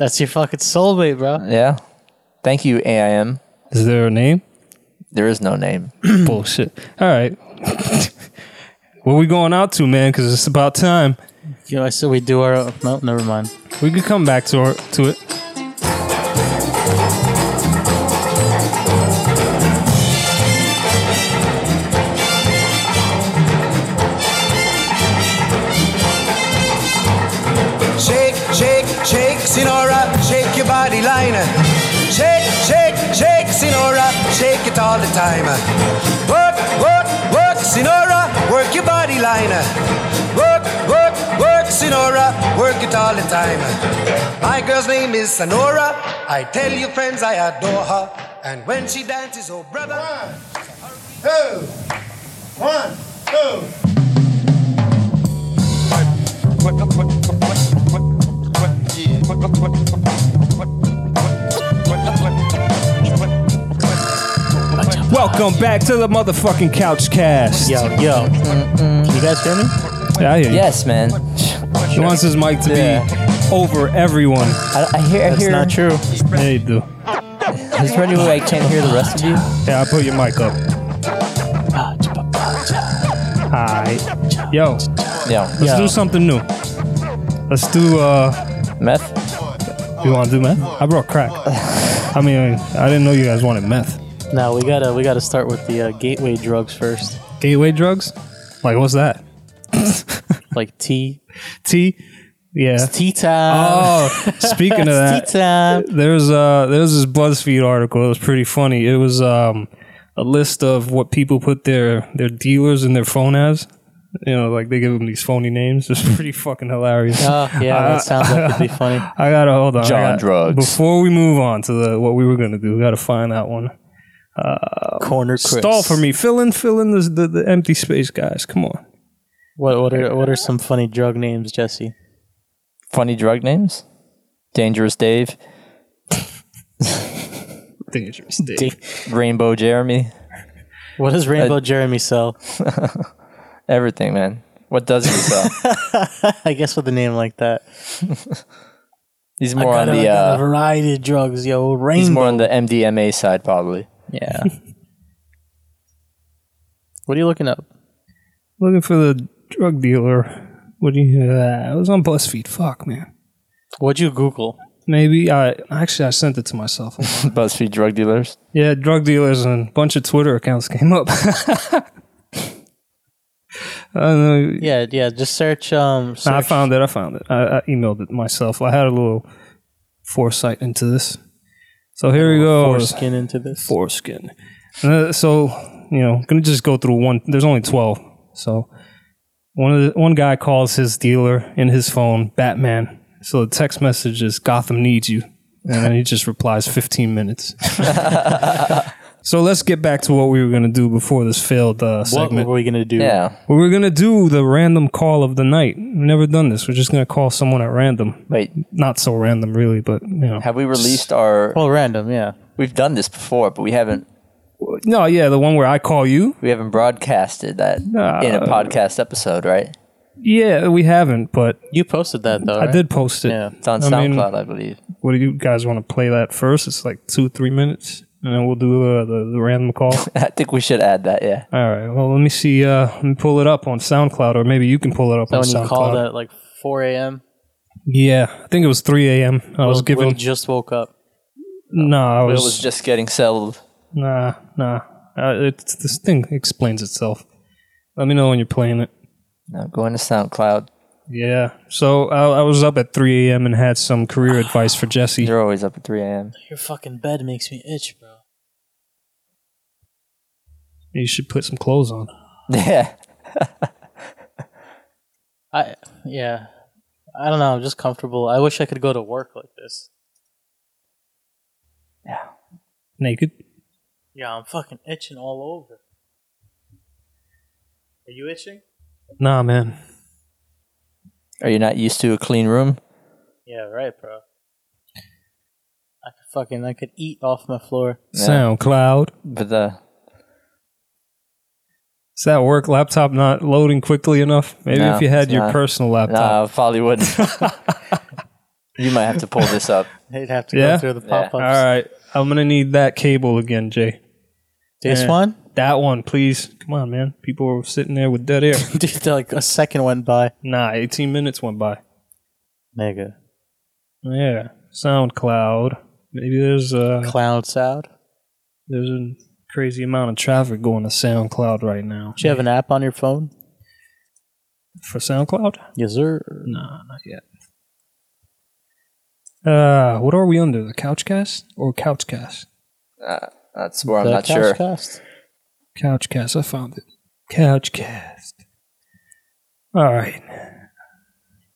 [SPEAKER 1] That's your fucking soulmate, bro.
[SPEAKER 3] Yeah. Thank you, AIM.
[SPEAKER 2] Is there a name?
[SPEAKER 3] There is no name.
[SPEAKER 2] Bullshit. All right. what we going out to, man? Because it's about time.
[SPEAKER 1] You know, I said we do our. oh, No, never mind.
[SPEAKER 2] We could come back to, our, to it.
[SPEAKER 13] Shake, shake, shake, Sinora, shake your body liner. Shake, shake, shake, Sinora, shake it all the time. Work, work, work, Sinora, work your body liner. Work, work, work, Sinora, work it all the time. My girl's name is Sonora. I tell you, friends, I adore her. And when she dances, oh brother. One, two, One, two.
[SPEAKER 2] Welcome back to the motherfucking Couch Cast. Yo, yo. You guys hear me? Yeah, I hear you.
[SPEAKER 3] Yes, man.
[SPEAKER 2] He wants his mic to be over everyone.
[SPEAKER 3] I, I hear. I hear.
[SPEAKER 2] true. Yeah, you do.
[SPEAKER 3] Is there any way I can't hear the rest of you?
[SPEAKER 2] Yeah, I put your mic up. Alright. Yo.
[SPEAKER 3] Yo.
[SPEAKER 2] Let's do something new. Let's do uh
[SPEAKER 3] meth.
[SPEAKER 2] You wanna do meth? I brought crack. I mean I didn't know you guys wanted meth.
[SPEAKER 1] Now we gotta we gotta start with the uh, gateway drugs first,
[SPEAKER 2] Gateway drugs? Like what's that?
[SPEAKER 1] like tea.
[SPEAKER 2] Tea? Yeah.
[SPEAKER 1] It's tea time.
[SPEAKER 2] Oh, speaking of that,
[SPEAKER 1] It's tea time.
[SPEAKER 2] there's uh there's this BuzzFeed article. It was pretty funny. It was um a list of what people put their their dealers in their phone as. You know, like they give them these phony names. It's pretty fucking hilarious.
[SPEAKER 1] Oh, yeah,
[SPEAKER 2] Uh,
[SPEAKER 1] that sounds like it'd be funny.
[SPEAKER 2] I gotta hold on. I
[SPEAKER 3] John
[SPEAKER 2] gotta-
[SPEAKER 3] Drugs.
[SPEAKER 2] Before we move on to the what we were gonna do, we gotta find that one. Uh,
[SPEAKER 1] Corner Chris.
[SPEAKER 2] stall for me. Fill in, fill in this, the the empty space, guys. Come on.
[SPEAKER 1] What what are what are some funny drug names, Jesse?
[SPEAKER 3] Funny drug names. Dangerous Dave.
[SPEAKER 2] Dangerous Dave.
[SPEAKER 3] Rainbow Jeremy.
[SPEAKER 1] What does
[SPEAKER 3] Uh,
[SPEAKER 1] Rainbow Jeremy sell?
[SPEAKER 3] Everything, man. What does he sell?
[SPEAKER 1] I guess with a name like that.
[SPEAKER 3] He's more
[SPEAKER 1] I
[SPEAKER 3] on
[SPEAKER 1] got a-
[SPEAKER 3] the
[SPEAKER 1] got a
[SPEAKER 3] uh,
[SPEAKER 1] variety of drugs, yo. Rainbow.
[SPEAKER 3] he's more on the MDMA side, probably.
[SPEAKER 1] yeah. what are you looking up?
[SPEAKER 2] Looking for the drug dealer. What do you? Uh, it was on BuzzFeed. Fuck, man.
[SPEAKER 1] What'd you Google?
[SPEAKER 2] Maybe I actually I sent it to myself.
[SPEAKER 3] BuzzFeed drug dealers.
[SPEAKER 2] yeah, drug dealers and a bunch of Twitter accounts came up. I don't know.
[SPEAKER 1] Yeah, yeah. Just search. Um,
[SPEAKER 2] Nah, I
[SPEAKER 1] search-
[SPEAKER 2] found it. I found it. I, I emailed it myself. I had a little foresight into this. So here we go.
[SPEAKER 1] Foreskin into this.
[SPEAKER 2] Foreskin. Uh, so you know, gonna just go through one. There's only twelve. So one of the, one guy calls his dealer in his phone, Batman. So the text message is Gotham needs you, and then he just replies, fifteen minutes. so let's get back to what we were gonna do before this failed uh,
[SPEAKER 1] What
[SPEAKER 2] segment.
[SPEAKER 1] were we gonna do?
[SPEAKER 3] Yeah.
[SPEAKER 2] We were gonna do the random call of the night. We've never done this. We're just gonna call someone at random.
[SPEAKER 3] Wait,
[SPEAKER 2] Not so random, really, but you know.
[SPEAKER 3] have we released our?
[SPEAKER 1] Well, random. Yeah.
[SPEAKER 3] We've done this before, but we haven't
[SPEAKER 2] No, yeah, the one where I call you.
[SPEAKER 3] we haven't broadcasted that in a podcast episode, right?
[SPEAKER 2] Yeah, we haven't, but
[SPEAKER 1] You posted that though.
[SPEAKER 2] I
[SPEAKER 1] right?
[SPEAKER 2] did post it.
[SPEAKER 1] Yeah.
[SPEAKER 3] It's on
[SPEAKER 2] I mean-
[SPEAKER 3] SoundCloud, I believe.
[SPEAKER 2] What do you guys want to play that first? It's like two, three minutes, and then we'll do uh, the, the random call.
[SPEAKER 3] I think we should add that. Yeah.
[SPEAKER 2] All right. Well, let me see. Uh, let me pull it up on SoundCloud, or maybe you can pull it up
[SPEAKER 1] So
[SPEAKER 2] on
[SPEAKER 1] when you
[SPEAKER 2] SoundCloud.
[SPEAKER 1] called at like 4 a.m.
[SPEAKER 2] Yeah, I think it was 3 a.m. I was
[SPEAKER 1] Will- Will
[SPEAKER 2] given.
[SPEAKER 1] just woke up.
[SPEAKER 2] No, I
[SPEAKER 3] Will
[SPEAKER 2] was.
[SPEAKER 3] was just getting settled.
[SPEAKER 2] nah, nah. Uh, it's, this thing explains itself. Let me know when you're playing it.
[SPEAKER 3] Now going to SoundCloud.
[SPEAKER 2] Yeah. So I, I was up at 3 a.m. and had some career advice for Jesse.
[SPEAKER 3] You're always up at 3 a.m.
[SPEAKER 1] Your fucking bed makes me itch, bro.
[SPEAKER 2] You should put some clothes on.
[SPEAKER 3] Yeah.
[SPEAKER 1] I yeah. I don't know. I'm just comfortable. I wish I could go to work like this.
[SPEAKER 2] Naked.
[SPEAKER 1] Yeah, I'm fucking itching all over. Are you itching?
[SPEAKER 2] Nah, man.
[SPEAKER 3] Are you not used to a clean room?
[SPEAKER 1] Yeah, right, bro. I could fucking I could eat off my floor.
[SPEAKER 2] SoundCloud.
[SPEAKER 3] But the
[SPEAKER 2] Is that work laptop not loading quickly enough? Maybe
[SPEAKER 3] No,
[SPEAKER 2] if you had
[SPEAKER 3] it's
[SPEAKER 2] your
[SPEAKER 3] not.
[SPEAKER 2] personal
[SPEAKER 3] nah,
[SPEAKER 2] laptop.
[SPEAKER 3] I probably wouldn't. you might have to pull this up.
[SPEAKER 1] They'd have to
[SPEAKER 2] Yeah?
[SPEAKER 1] go through the
[SPEAKER 3] Yeah.
[SPEAKER 1] pop ups.
[SPEAKER 2] All right. I'm going to need that cable again, Jay.
[SPEAKER 1] This
[SPEAKER 2] Yeah.
[SPEAKER 1] one?
[SPEAKER 2] That one, please. Come on, man. People were sitting there with dead air.
[SPEAKER 1] Dude, like a second went by.
[SPEAKER 2] nah, 18 minutes went by.
[SPEAKER 1] Nigga.
[SPEAKER 2] Yeah. SoundCloud. Maybe there's a,
[SPEAKER 1] Clown sound.
[SPEAKER 2] there's a crazy amount of traffic going to SoundCloud right now.
[SPEAKER 1] Do you have an app on your phone?
[SPEAKER 2] For SoundCloud?
[SPEAKER 1] Yes, sir.
[SPEAKER 2] Nah, not yet. Uh, what are we under? The Couchcast or Couchcast?
[SPEAKER 3] That's where I'm
[SPEAKER 1] The
[SPEAKER 3] not
[SPEAKER 1] Couch
[SPEAKER 3] sure.
[SPEAKER 1] Cast.
[SPEAKER 2] Couchcast. I found it. Couchcast. All right.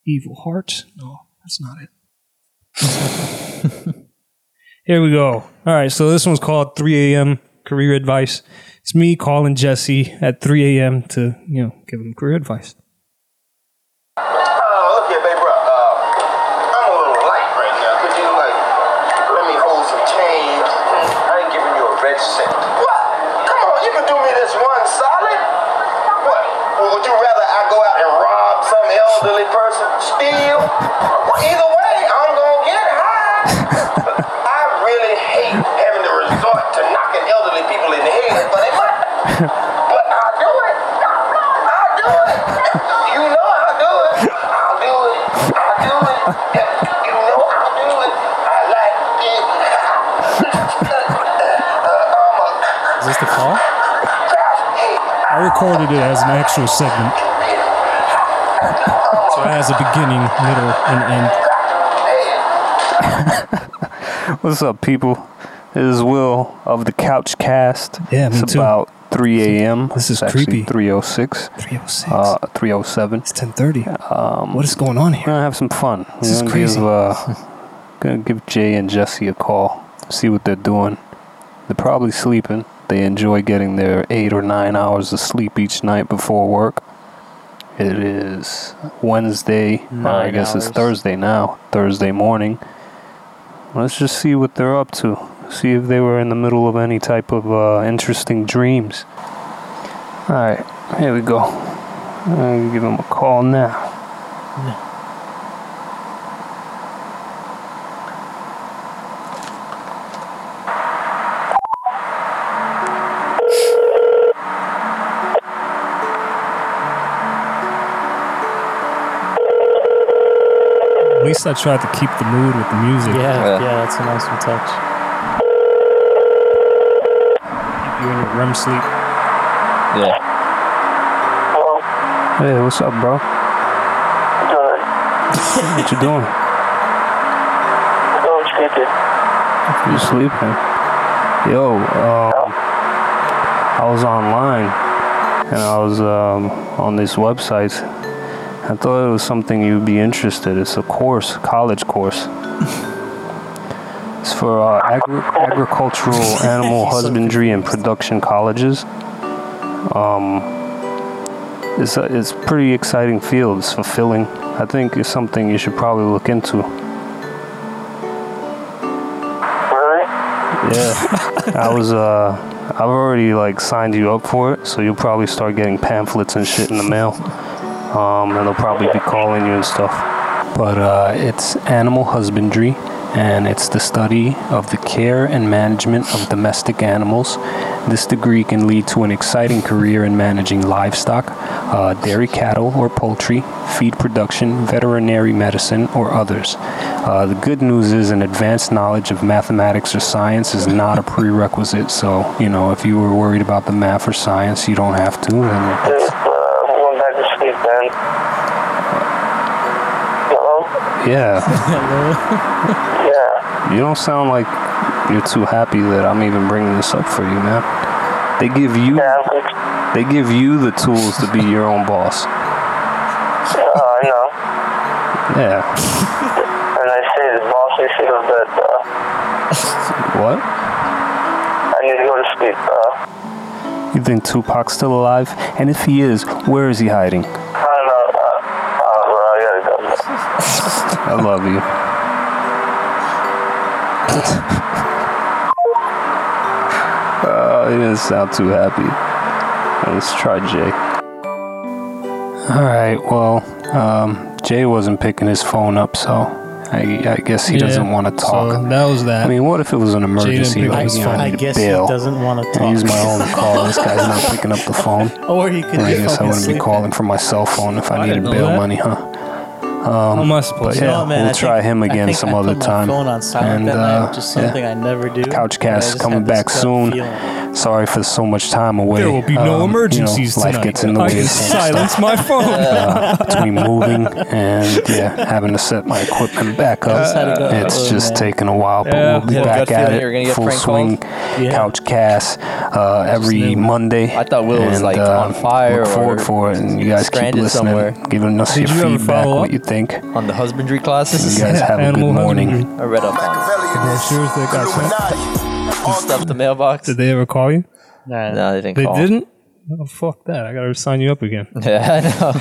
[SPEAKER 2] Evil Hearts. No, that's not it. Here we go. All right, so this one's called 3 a.m. career advice. It's me calling Jesse at 3 a.m. to you know give him career advice.
[SPEAKER 12] Oh, Uh,
[SPEAKER 2] Is this the call? I recorded it as an actual segment. So it has a beginning, middle, and end.
[SPEAKER 12] What's up, people? This is Will of the Couch Cast.
[SPEAKER 2] Yeah, me
[SPEAKER 12] it's
[SPEAKER 2] too.
[SPEAKER 12] about 3 a.m. This
[SPEAKER 2] is creepy.
[SPEAKER 12] 306.
[SPEAKER 2] 306.
[SPEAKER 12] Uh, 307. It's
[SPEAKER 2] 10:30.
[SPEAKER 12] Um,
[SPEAKER 2] what is going on here?
[SPEAKER 12] We're gonna have some fun.
[SPEAKER 2] This
[SPEAKER 12] we're
[SPEAKER 2] is
[SPEAKER 12] gonna
[SPEAKER 2] crazy.
[SPEAKER 12] Give, uh, gonna give Jay and Jesse a call. See what they're doing. They're probably sleeping. They enjoy getting their eight or nine hours of sleep each night before work. It is Wednesday. uh, I
[SPEAKER 2] Nine
[SPEAKER 12] guess it's
[SPEAKER 2] hours.
[SPEAKER 12] Thursday now. Thursday morning. Let's just see what they're up to. See if they were in the middle of any type of uh, interesting dreams. All right, here we go. I'm gonna give him a call now.
[SPEAKER 2] At least I tried to keep the mood with the music.
[SPEAKER 1] Yeah, yeah, that's an awesome touch.
[SPEAKER 2] You in your REM sleep.
[SPEAKER 3] Yeah.
[SPEAKER 12] Hey, what's up, bro? what you doing? You sleeping? Yo, um, I was online and I was um, on this website. I thought it was something you'd be interested. It's a course, college course. It's for uh, agri- agricultural animal husbandry and production colleges. Um, it's a, it's pretty exciting field. It's fulfilling. I think it's something you should probably look into. Yeah, I was uh, I've already like signed you up for it, so you'll probably start getting pamphlets and shit in the mail. Um, and they'll probably be calling you and stuff. But uh, it's animal husbandry, and it's the study of the care and management of domestic animals. This degree can lead to an exciting career in managing livestock, uh, dairy cattle or poultry, feed production, veterinary medicine, or others. Uh, the good news is an advanced knowledge of mathematics or science is not a prerequisite. So, you know, if you were worried about the math or science, you don't have to. And it's- yeah. You don't sound like you're too happy that I'm even bringing this up for you, man. They give you they give you the tools to be your own boss.
[SPEAKER 14] Uh, I know.
[SPEAKER 12] Yeah.
[SPEAKER 14] And I say the boss I say of that uh,
[SPEAKER 12] What?
[SPEAKER 14] I need to go to sleep. Uh,
[SPEAKER 12] You think Tupac's still alive? And if he is, where is he hiding?
[SPEAKER 14] I don't know. Uh, uh, well, I gotta go.
[SPEAKER 12] I love you. uh, he doesn't sound too happy. Let's try Jay. All right. Well, um, Jay wasn't picking his phone up, so I, I guess he
[SPEAKER 2] Yeah,
[SPEAKER 12] doesn't want to talk.
[SPEAKER 2] so that was that.
[SPEAKER 12] I mean, what if it was an
[SPEAKER 2] didn't
[SPEAKER 12] emergency?
[SPEAKER 2] pick up
[SPEAKER 12] Like,
[SPEAKER 2] his
[SPEAKER 12] you know,
[SPEAKER 2] phone.
[SPEAKER 12] I,
[SPEAKER 1] I
[SPEAKER 12] need
[SPEAKER 1] guess
[SPEAKER 12] a
[SPEAKER 1] he
[SPEAKER 12] bill.
[SPEAKER 1] doesn't want to
[SPEAKER 12] I
[SPEAKER 1] talk.
[SPEAKER 12] use my own to call. This guy's not picking up the phone.
[SPEAKER 1] Or he could
[SPEAKER 12] I
[SPEAKER 1] just
[SPEAKER 12] guess I
[SPEAKER 1] fucking
[SPEAKER 12] wouldn't be
[SPEAKER 1] sleep.
[SPEAKER 12] calling for my cell phone if I,
[SPEAKER 1] I
[SPEAKER 12] needed
[SPEAKER 1] didn't know
[SPEAKER 12] bail
[SPEAKER 1] that.
[SPEAKER 12] money, huh? Um,
[SPEAKER 2] How am I
[SPEAKER 12] but
[SPEAKER 2] supposed to
[SPEAKER 12] yeah,
[SPEAKER 1] No, man,
[SPEAKER 12] we'll
[SPEAKER 1] I
[SPEAKER 12] try
[SPEAKER 1] think-
[SPEAKER 12] him
[SPEAKER 1] I
[SPEAKER 12] again
[SPEAKER 1] think
[SPEAKER 12] some
[SPEAKER 1] I
[SPEAKER 12] other
[SPEAKER 1] put my
[SPEAKER 12] time.
[SPEAKER 1] phone on silent
[SPEAKER 12] and
[SPEAKER 1] that night, which
[SPEAKER 12] uh,
[SPEAKER 1] is something
[SPEAKER 12] yeah.
[SPEAKER 1] I never do. But I just
[SPEAKER 12] Couchcast
[SPEAKER 1] had
[SPEAKER 12] coming
[SPEAKER 1] this
[SPEAKER 12] back
[SPEAKER 1] gut
[SPEAKER 12] soon.
[SPEAKER 1] feeling.
[SPEAKER 12] Sorry for so much time away.
[SPEAKER 2] There will be
[SPEAKER 12] Um,
[SPEAKER 2] no
[SPEAKER 12] you know,
[SPEAKER 2] emergencies
[SPEAKER 12] Life
[SPEAKER 2] tonight.
[SPEAKER 12] gets in the
[SPEAKER 2] I
[SPEAKER 12] way.
[SPEAKER 2] can
[SPEAKER 12] of some
[SPEAKER 2] silence
[SPEAKER 12] stuff.
[SPEAKER 2] my phone.
[SPEAKER 12] Uh, between moving and yeah, having to set my equipment back
[SPEAKER 2] I
[SPEAKER 12] up,
[SPEAKER 2] just had a gut
[SPEAKER 12] it's
[SPEAKER 2] feeling,
[SPEAKER 12] just
[SPEAKER 2] man.
[SPEAKER 12] taking a while. But
[SPEAKER 2] Yeah.
[SPEAKER 12] we'll be
[SPEAKER 2] Yeah,
[SPEAKER 12] back
[SPEAKER 2] gut
[SPEAKER 12] at
[SPEAKER 2] feeling.
[SPEAKER 12] it,
[SPEAKER 2] You're gonna get
[SPEAKER 12] full
[SPEAKER 2] prank
[SPEAKER 12] swing. Couch cast uh, every Monday. I thought
[SPEAKER 3] Will was, like, on fire
[SPEAKER 12] Look forward
[SPEAKER 3] or
[SPEAKER 12] for it, and you guys keep
[SPEAKER 3] stranded
[SPEAKER 12] listening,
[SPEAKER 3] somewhere.
[SPEAKER 12] giving us
[SPEAKER 3] Did
[SPEAKER 12] your
[SPEAKER 3] you ever
[SPEAKER 12] feedback,
[SPEAKER 3] follow
[SPEAKER 12] what
[SPEAKER 3] up?
[SPEAKER 12] you think.
[SPEAKER 3] On the husbandry classes.
[SPEAKER 12] You guys have a good morning.
[SPEAKER 3] I read up on it.
[SPEAKER 2] Sure as they got sent.
[SPEAKER 3] and stuff the mailbox.
[SPEAKER 2] Did they ever call you?
[SPEAKER 3] No, they didn't
[SPEAKER 2] They
[SPEAKER 3] call.
[SPEAKER 2] didn't? Oh, fuck that. I got to sign you up again.
[SPEAKER 3] Yeah, I know.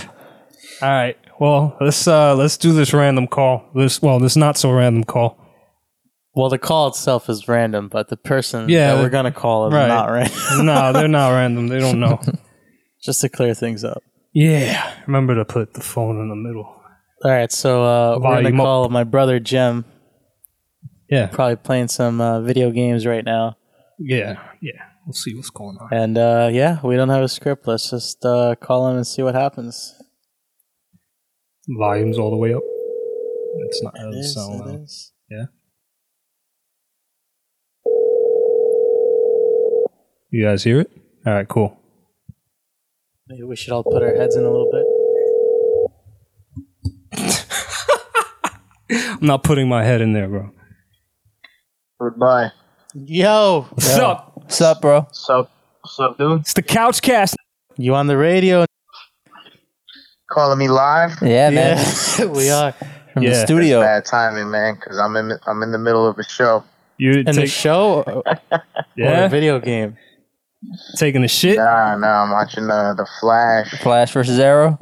[SPEAKER 2] All right. Well, let's uh let's do this random call. This well, this not so random call.
[SPEAKER 1] Well, the call itself is random, but the person
[SPEAKER 2] Yeah,
[SPEAKER 1] that we're
[SPEAKER 2] the-
[SPEAKER 1] gonna call is
[SPEAKER 2] right.
[SPEAKER 1] not random.
[SPEAKER 2] No, they're not random. They don't know.
[SPEAKER 1] Just to clear things up.
[SPEAKER 2] Yeah. Remember to put the phone in the middle.
[SPEAKER 1] All right, so uh, we're gonna
[SPEAKER 2] Volume up.
[SPEAKER 1] call my brother Jem.
[SPEAKER 2] Yeah,
[SPEAKER 1] probably playing some uh, video games right now,
[SPEAKER 2] Yeah. Yeah. We'll see what's going on.
[SPEAKER 1] and uh, yeah, we don't have a script. Let's just uh, call him and see what happens.
[SPEAKER 2] Volumes all the way up. It's not that
[SPEAKER 1] It is,
[SPEAKER 2] sound
[SPEAKER 1] it
[SPEAKER 2] loud.
[SPEAKER 1] is.
[SPEAKER 2] Yeah. You guys hear it? All right, cool.
[SPEAKER 1] Maybe we should all put our heads in a little bit.
[SPEAKER 2] I'm not putting my head in there, bro.
[SPEAKER 12] Goodbye.
[SPEAKER 1] Yo,
[SPEAKER 2] Sup?
[SPEAKER 3] What's up, bro?
[SPEAKER 12] Sup? Sup, dude?
[SPEAKER 2] It's the couch cast.
[SPEAKER 1] You on the radio?
[SPEAKER 12] Calling me live?
[SPEAKER 3] Yeah, man.
[SPEAKER 1] we are.
[SPEAKER 3] From the studio.
[SPEAKER 12] Bad timing, man, because I'm in I'm in the middle of a show.
[SPEAKER 2] You
[SPEAKER 1] And the show or, or
[SPEAKER 12] Yeah?
[SPEAKER 1] a video game?
[SPEAKER 2] taking a shit?
[SPEAKER 12] Nah, nah. I'm watching uh, the Flash
[SPEAKER 3] Flash versus Arrow,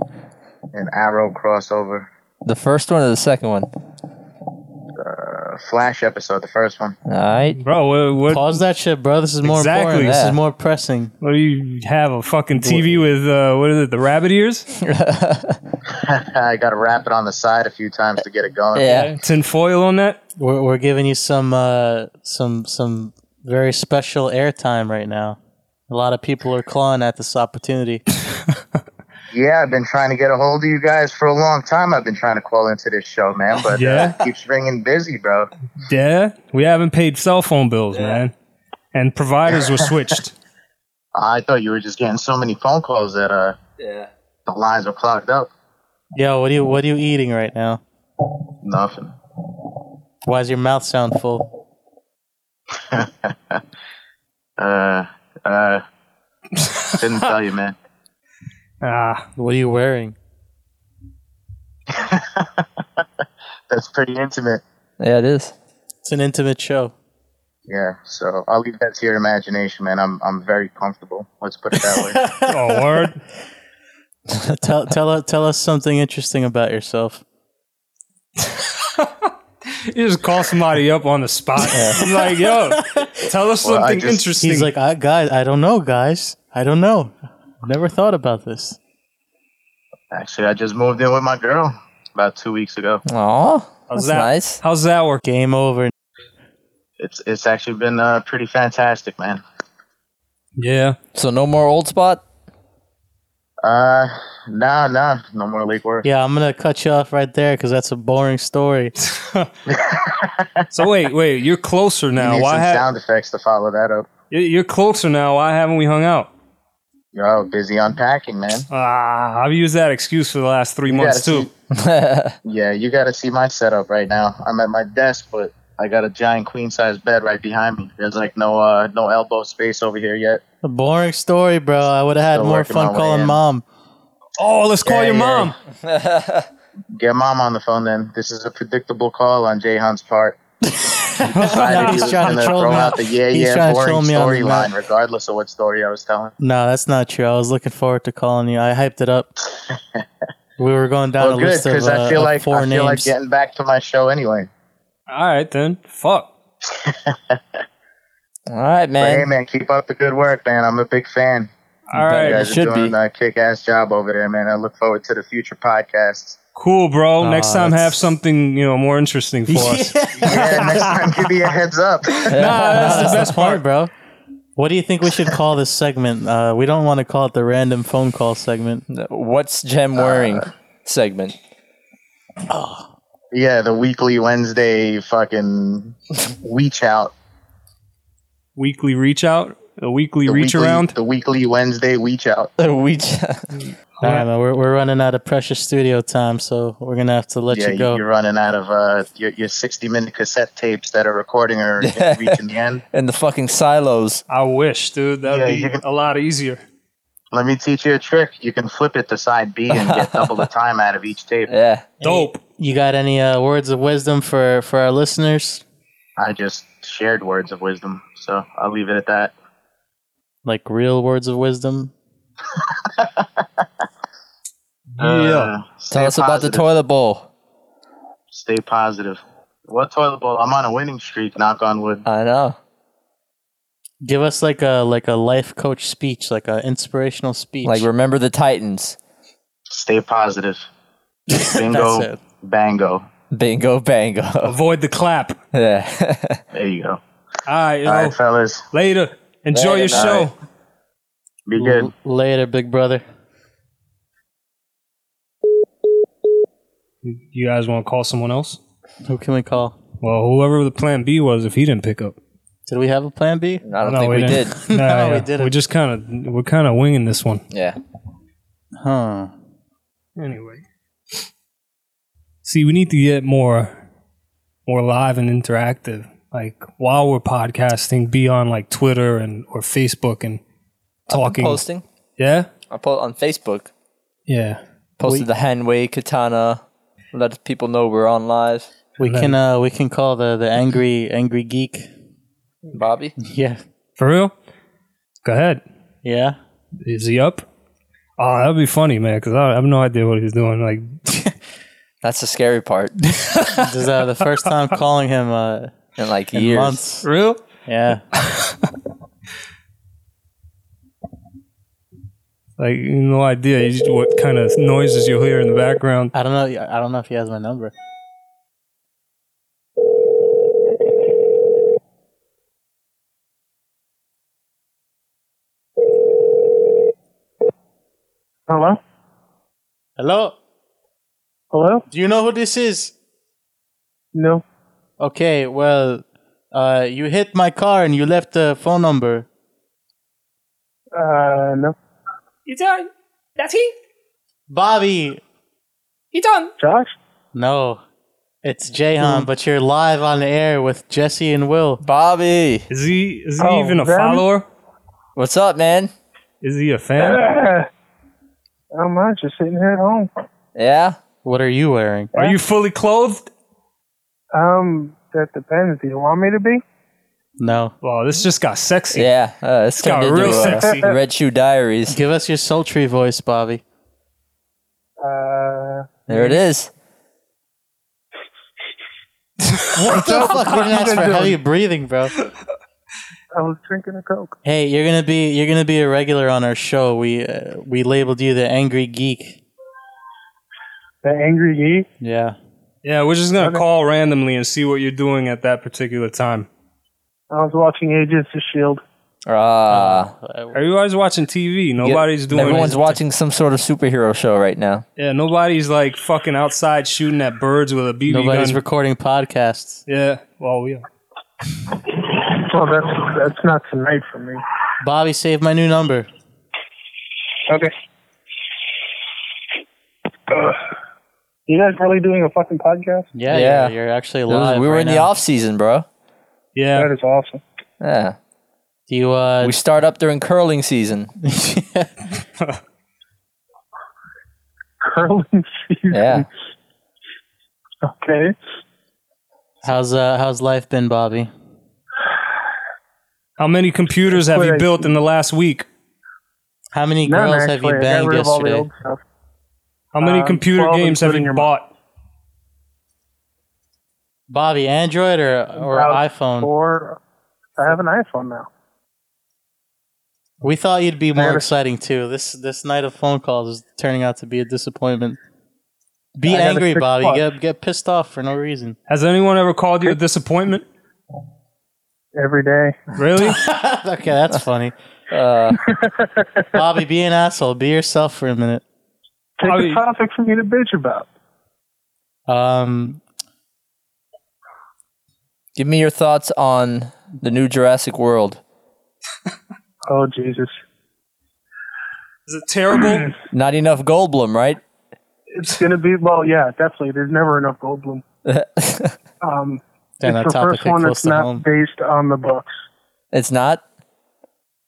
[SPEAKER 12] and Arrow crossover.
[SPEAKER 3] the first one or the second one?
[SPEAKER 12] Uh, Flash episode, the first one.
[SPEAKER 3] All right.
[SPEAKER 2] Bro, what, what,
[SPEAKER 1] Pause that shit, bro. This is more
[SPEAKER 2] Exactly.
[SPEAKER 1] important. This
[SPEAKER 2] Yeah.
[SPEAKER 1] is more pressing.
[SPEAKER 2] what do you have? A fucking TV with, uh, what is it, the rabbit ears?
[SPEAKER 12] I got to wrap it on the side a few times to get it going.
[SPEAKER 2] Tinfoil on that?
[SPEAKER 1] We're, we're giving you some uh, some some very special airtime right now. A lot of people are clawing at this opportunity.
[SPEAKER 12] Yeah, I've been trying to get a hold of you guys for a long time. I've been trying to call into this show, man, but
[SPEAKER 2] Yeah?
[SPEAKER 12] uh, it keeps ringing busy, bro.
[SPEAKER 2] Yeah. We haven't paid cell phone bills, man. And providers were switched.
[SPEAKER 12] I thought you were just getting so many phone calls that uh,
[SPEAKER 3] yeah.
[SPEAKER 12] the lines were clogged up.
[SPEAKER 1] Yo, what are you what are you eating right now?
[SPEAKER 12] Nothing.
[SPEAKER 1] Why does your mouth sound full?
[SPEAKER 12] Uh, uh, didn't tell you, man.
[SPEAKER 2] Ah.
[SPEAKER 1] What are you wearing?
[SPEAKER 12] That's pretty intimate.
[SPEAKER 3] Yeah, it is.
[SPEAKER 1] It's an intimate show.
[SPEAKER 12] Yeah, so I'll leave that to your imagination, man. I'm I'm very comfortable. Let's put it that way.
[SPEAKER 2] oh, word.
[SPEAKER 1] tell tell us tell us something interesting about yourself.
[SPEAKER 2] You just call somebody up on the spot. I'm like, yo, tell us
[SPEAKER 1] Well, I
[SPEAKER 2] something
[SPEAKER 1] just-
[SPEAKER 2] interesting.
[SPEAKER 1] He's like, I, guys, I don't know, guys. I don't know. Never thought about this.
[SPEAKER 12] Actually, I just moved in with my girl about two weeks ago.
[SPEAKER 3] Aw.
[SPEAKER 2] How's that? How's that work?
[SPEAKER 1] Game over.
[SPEAKER 12] It's it's actually been uh, pretty fantastic, man.
[SPEAKER 2] Yeah.
[SPEAKER 3] So no more old spot.
[SPEAKER 12] Uh, nah, nah, no more league work.
[SPEAKER 1] Yeah, I'm gonna cut you off right there because that's a boring story.
[SPEAKER 2] so wait, wait, you're closer
[SPEAKER 12] You
[SPEAKER 2] now.
[SPEAKER 12] need
[SPEAKER 2] Why
[SPEAKER 12] some
[SPEAKER 2] ha-
[SPEAKER 12] sound effects to follow that up.
[SPEAKER 2] you- you're closer now? Why haven't we hung out?
[SPEAKER 12] Yo, busy unpacking, man.
[SPEAKER 2] Ah, I've used that excuse for the last three
[SPEAKER 12] You
[SPEAKER 2] months
[SPEAKER 12] gotta
[SPEAKER 2] too.
[SPEAKER 12] Yeah, you got to see my setup right now. I'm at my desk, but I got a giant queen size bed right behind me. There's like no uh no elbow space over here yet.
[SPEAKER 1] A boring story, bro. I would have had
[SPEAKER 12] Still
[SPEAKER 1] more
[SPEAKER 12] working my
[SPEAKER 1] fun
[SPEAKER 12] way
[SPEAKER 1] calling
[SPEAKER 12] in.
[SPEAKER 1] mom.
[SPEAKER 2] Oh, let's call
[SPEAKER 12] Yeah,
[SPEAKER 2] your
[SPEAKER 12] yeah.
[SPEAKER 2] mom.
[SPEAKER 12] Get mom on the phone then. This is a predictable call on Jay Hunt's part. He decided he
[SPEAKER 1] He's
[SPEAKER 12] was
[SPEAKER 1] trying to
[SPEAKER 12] gonna
[SPEAKER 1] troll
[SPEAKER 12] throw
[SPEAKER 1] me.
[SPEAKER 12] out the yeah
[SPEAKER 1] He's
[SPEAKER 12] yeah
[SPEAKER 1] trying to troll
[SPEAKER 12] boring
[SPEAKER 1] me on the map.
[SPEAKER 12] storyline, regardless of what story I was telling.
[SPEAKER 1] No, that's not true. I was looking forward to calling you. I hyped it up. we were going down
[SPEAKER 12] Well,
[SPEAKER 1] a
[SPEAKER 12] good
[SPEAKER 1] list of,
[SPEAKER 12] because
[SPEAKER 1] uh,
[SPEAKER 12] I feel
[SPEAKER 1] of
[SPEAKER 12] like
[SPEAKER 1] four
[SPEAKER 12] I feel
[SPEAKER 1] names.
[SPEAKER 12] like getting back to my show anyway.
[SPEAKER 2] All right then. Fuck.
[SPEAKER 3] All right,
[SPEAKER 12] But hey
[SPEAKER 3] man.
[SPEAKER 12] man, keep up the good work, man. I'm a big fan.
[SPEAKER 2] All right,
[SPEAKER 12] you guys
[SPEAKER 2] it
[SPEAKER 12] are
[SPEAKER 2] should
[SPEAKER 12] doing
[SPEAKER 2] be.
[SPEAKER 12] a kick-ass job over there, man. I look forward to the future podcasts.
[SPEAKER 2] Cool, bro.
[SPEAKER 12] Ah,
[SPEAKER 2] Next time,
[SPEAKER 12] that's-
[SPEAKER 2] have something you know more interesting for us.
[SPEAKER 12] yeah, next time give me a heads up.
[SPEAKER 1] that's, the best part, bro. What do you think we should call this segment? Uh, we don't want to call it the random phone call segment.
[SPEAKER 3] What's Jem wearing? segment.
[SPEAKER 12] Yeah, the weekly Wednesday fucking reach out.
[SPEAKER 2] Weekly reach out. A weekly
[SPEAKER 12] The
[SPEAKER 2] reach
[SPEAKER 12] weekly-
[SPEAKER 2] around.
[SPEAKER 12] The weekly Wednesday reach out.
[SPEAKER 3] The reach.
[SPEAKER 1] All right, man. We're, we're running out of precious studio time, so we're gonna have to let
[SPEAKER 12] yeah,
[SPEAKER 1] you go.
[SPEAKER 12] are running out of uh, your, your 60 minute cassette tapes that are recording are reaching the end.
[SPEAKER 3] And the fucking silos.
[SPEAKER 2] I wish, dude. That'd
[SPEAKER 12] Yeah,
[SPEAKER 2] be
[SPEAKER 12] you can-
[SPEAKER 2] a lot easier.
[SPEAKER 12] Let me teach you a trick. You can flip it to side B and get double the time out of each tape.
[SPEAKER 3] Yeah.
[SPEAKER 2] Dope.
[SPEAKER 1] You got any uh, words of wisdom for for our listeners?
[SPEAKER 12] I just
[SPEAKER 15] shared words of wisdom. So I'll leave it at that.
[SPEAKER 1] Like real words of wisdom.
[SPEAKER 15] Uh, stay
[SPEAKER 3] Tell us about the
[SPEAKER 15] positive.
[SPEAKER 3] toilet bowl.
[SPEAKER 15] Stay positive. What toilet bowl? I'm on a winning streak. Knock on wood.
[SPEAKER 1] Uh.
[SPEAKER 3] I know.
[SPEAKER 1] Give us like a like a life coach speech, like a inspirational speech.
[SPEAKER 3] Like remember the Titans.
[SPEAKER 15] Stay positive. Bingo,
[SPEAKER 3] it.
[SPEAKER 15] bango.
[SPEAKER 3] Bingo bango.
[SPEAKER 2] Avoid the clap.
[SPEAKER 3] Yeah.
[SPEAKER 15] There you go.
[SPEAKER 2] All right, yo.
[SPEAKER 15] All right, fellas.
[SPEAKER 2] Later. Enjoy
[SPEAKER 15] Later,
[SPEAKER 2] your
[SPEAKER 15] all
[SPEAKER 2] show.
[SPEAKER 15] right. Be good.
[SPEAKER 1] Later, big brother.
[SPEAKER 2] You guys want to call someone else?
[SPEAKER 1] Who can we call?
[SPEAKER 2] Well, whoever the plan B was, if he didn't pick up.
[SPEAKER 1] Did we have a plan B?
[SPEAKER 3] I don't think we, did.
[SPEAKER 2] didn't. Nah,
[SPEAKER 1] No, we
[SPEAKER 2] yeah.
[SPEAKER 1] didn't.
[SPEAKER 2] We're just kind of we're kind of winging this one.
[SPEAKER 3] Yeah.
[SPEAKER 1] Huh.
[SPEAKER 2] Anyway, see, we need to get more more live and interactive. Like while we're podcasting, be on like Twitter and or Facebook and talking.
[SPEAKER 3] Posting.
[SPEAKER 2] Yeah,
[SPEAKER 3] I post on Facebook.
[SPEAKER 2] yeah.
[SPEAKER 3] Posted the Hanwei katana. Let people know we're on live.
[SPEAKER 1] We can uh we can call the the angry angry geek.
[SPEAKER 3] Bobby.
[SPEAKER 1] Yeah.
[SPEAKER 2] For real? Go ahead.
[SPEAKER 1] Yeah.
[SPEAKER 2] Is he up? Oh, that'd be funny, man. Because I I have no idea what he's doing. Like,
[SPEAKER 3] That's the scary part.
[SPEAKER 1] This is uh, the first time calling him uh
[SPEAKER 3] In like
[SPEAKER 1] in
[SPEAKER 3] years.
[SPEAKER 1] months.
[SPEAKER 2] Real?
[SPEAKER 1] Yeah.
[SPEAKER 2] like no idea You just- what kind of noises you'll hear in the background.
[SPEAKER 1] I don't know I don't know if he has my number.
[SPEAKER 16] Hello?
[SPEAKER 1] Hello?
[SPEAKER 16] Hello?
[SPEAKER 1] Do you know who this is?
[SPEAKER 16] No.
[SPEAKER 1] Okay, well uh you hit my car and you left the phone number.
[SPEAKER 16] Uh, no.
[SPEAKER 17] You done? That's he?
[SPEAKER 1] Bobby.
[SPEAKER 17] He done?
[SPEAKER 16] Josh?
[SPEAKER 1] No. It's Jayhan, but you're live on air with Jesse and Will.
[SPEAKER 3] Bobby.
[SPEAKER 2] Is he is
[SPEAKER 1] he Oh, even a them? follower?
[SPEAKER 3] What's up, man?
[SPEAKER 2] Is he a
[SPEAKER 16] I'm not just sitting here at home.
[SPEAKER 3] Yeah.
[SPEAKER 1] What are you wearing?
[SPEAKER 2] Are you fully clothed?
[SPEAKER 16] Um, that depends. Do you want me to be?
[SPEAKER 1] No.
[SPEAKER 2] Wow, Oh, this just got sexy.
[SPEAKER 3] Yeah, uh, it's
[SPEAKER 2] It's got
[SPEAKER 3] turned into,
[SPEAKER 2] real
[SPEAKER 3] uh,
[SPEAKER 2] sexy.
[SPEAKER 3] Red Shoe Diaries.
[SPEAKER 1] Give us your sultry voice, Bobby.
[SPEAKER 16] Uh,
[SPEAKER 3] There it is.
[SPEAKER 1] What the fuck? We didn't ask for heavy breathing, bro.
[SPEAKER 16] I was drinking a Coke.
[SPEAKER 1] Hey, you're gonna be you're gonna be a regular on our show. We uh, we labeled you the angry geek.
[SPEAKER 16] The angry geek?
[SPEAKER 1] Yeah.
[SPEAKER 2] Yeah, we're just gonna call randomly and see what you're doing at that particular time.
[SPEAKER 16] I was watching Agents of S.H.I.E.L.D.
[SPEAKER 3] Ah.
[SPEAKER 2] Everybody's watching TV. Nobody's Uh, doing.
[SPEAKER 3] Everyone's watching some sort of superhero show right now.
[SPEAKER 2] Yeah, nobody's like fucking outside shooting at birds with a BB
[SPEAKER 1] Nobody's
[SPEAKER 2] gun.
[SPEAKER 1] recording podcasts.
[SPEAKER 2] yeah. Well, yeah.
[SPEAKER 16] Well, that's, that's not tonight for me.
[SPEAKER 1] Bobby, save my new number.
[SPEAKER 16] Okay. Ugh. You guys really doing a fucking podcast?
[SPEAKER 1] Yeah, You're, you're actually
[SPEAKER 3] It was-
[SPEAKER 1] live.
[SPEAKER 3] we were
[SPEAKER 1] right
[SPEAKER 3] in the
[SPEAKER 1] now.
[SPEAKER 3] off season, bro.
[SPEAKER 2] Yeah.
[SPEAKER 16] That is awesome.
[SPEAKER 3] Yeah.
[SPEAKER 1] Do you? Uh,
[SPEAKER 3] we start up during curling season.
[SPEAKER 16] Curling season.
[SPEAKER 3] Yeah.
[SPEAKER 16] Okay.
[SPEAKER 1] How's uh how's life been, Bobby?
[SPEAKER 2] How many computers have you built in the last week?
[SPEAKER 1] How many
[SPEAKER 16] None,
[SPEAKER 1] girls have
[SPEAKER 16] actually.
[SPEAKER 1] you
[SPEAKER 16] I got
[SPEAKER 1] banged
[SPEAKER 16] rid of all the
[SPEAKER 1] yesterday?
[SPEAKER 16] old stuff.
[SPEAKER 2] How many
[SPEAKER 16] Um,
[SPEAKER 2] computer
[SPEAKER 16] 12
[SPEAKER 2] games have
[SPEAKER 16] including
[SPEAKER 2] you
[SPEAKER 16] your
[SPEAKER 2] bought?
[SPEAKER 1] Bobby, Android or or
[SPEAKER 16] About
[SPEAKER 1] iPhone?
[SPEAKER 16] Four. I have an iPhone now.
[SPEAKER 1] We thought you'd be more
[SPEAKER 16] Better.
[SPEAKER 1] exciting too. This this night of phone calls is turning out to be a disappointment. Be
[SPEAKER 2] I got a
[SPEAKER 1] angry,
[SPEAKER 2] six
[SPEAKER 1] Bobby.
[SPEAKER 2] bucks.
[SPEAKER 1] Get get pissed off for no reason.
[SPEAKER 2] Has anyone ever called you a disappointment?
[SPEAKER 16] Every day.
[SPEAKER 2] Really?
[SPEAKER 1] okay, that's funny. Uh, Bobby, be an asshole. Be yourself for a minute.
[SPEAKER 16] Take
[SPEAKER 1] Bobby-
[SPEAKER 16] a topic for me to bitch about.
[SPEAKER 1] Um,
[SPEAKER 3] Give me your thoughts on the new Jurassic World.
[SPEAKER 16] Oh Jesus!
[SPEAKER 2] Is it terrible?
[SPEAKER 3] Not enough Goldblum, right?
[SPEAKER 16] It's gonna be well, yeah, definitely. There's never enough Goldblum. Um,
[SPEAKER 3] Damn, that
[SPEAKER 16] it's the
[SPEAKER 3] topic
[SPEAKER 16] first
[SPEAKER 3] hit
[SPEAKER 16] one
[SPEAKER 3] close
[SPEAKER 16] that's
[SPEAKER 3] to
[SPEAKER 16] not
[SPEAKER 3] home.
[SPEAKER 16] based on the books.
[SPEAKER 3] It's not.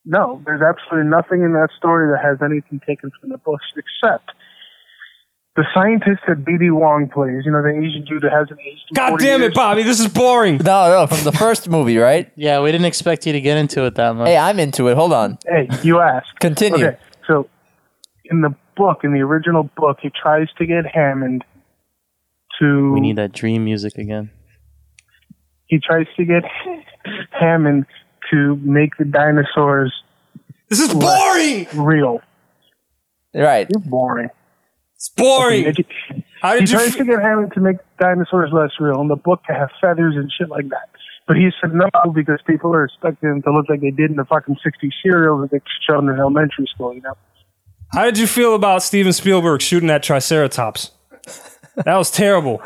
[SPEAKER 16] No, there's absolutely nothing in that story that has anything taken from the books except
[SPEAKER 12] the scientist that BD Wong plays, you know, the Asian dude that has an age.
[SPEAKER 2] God damn it, Bobby! This is boring.
[SPEAKER 3] No, no, from the first movie, right?
[SPEAKER 1] Yeah, we didn't expect you to get into it that much.
[SPEAKER 3] Hey, I'm into it. Hold on.
[SPEAKER 12] Hey, you asked.
[SPEAKER 3] Continue.
[SPEAKER 12] Okay, so in the book, in the original book, he tries to get Hammond to.
[SPEAKER 1] We need that dream music again.
[SPEAKER 12] He tries to get Hammond to make the dinosaurs.
[SPEAKER 2] This is boring.
[SPEAKER 12] Real.
[SPEAKER 3] Right.
[SPEAKER 12] It's boring.
[SPEAKER 2] It's boring. How did
[SPEAKER 12] he
[SPEAKER 2] you
[SPEAKER 12] tries
[SPEAKER 2] f-
[SPEAKER 12] to get Hammond to make dinosaurs less real in the book to have feathers and shit like that. But he said no because people are expecting them to look like they did in the fucking 60 serials that they showed in elementary school, you know?
[SPEAKER 2] How did you feel about Steven Spielberg shooting that Triceratops? That was terrible.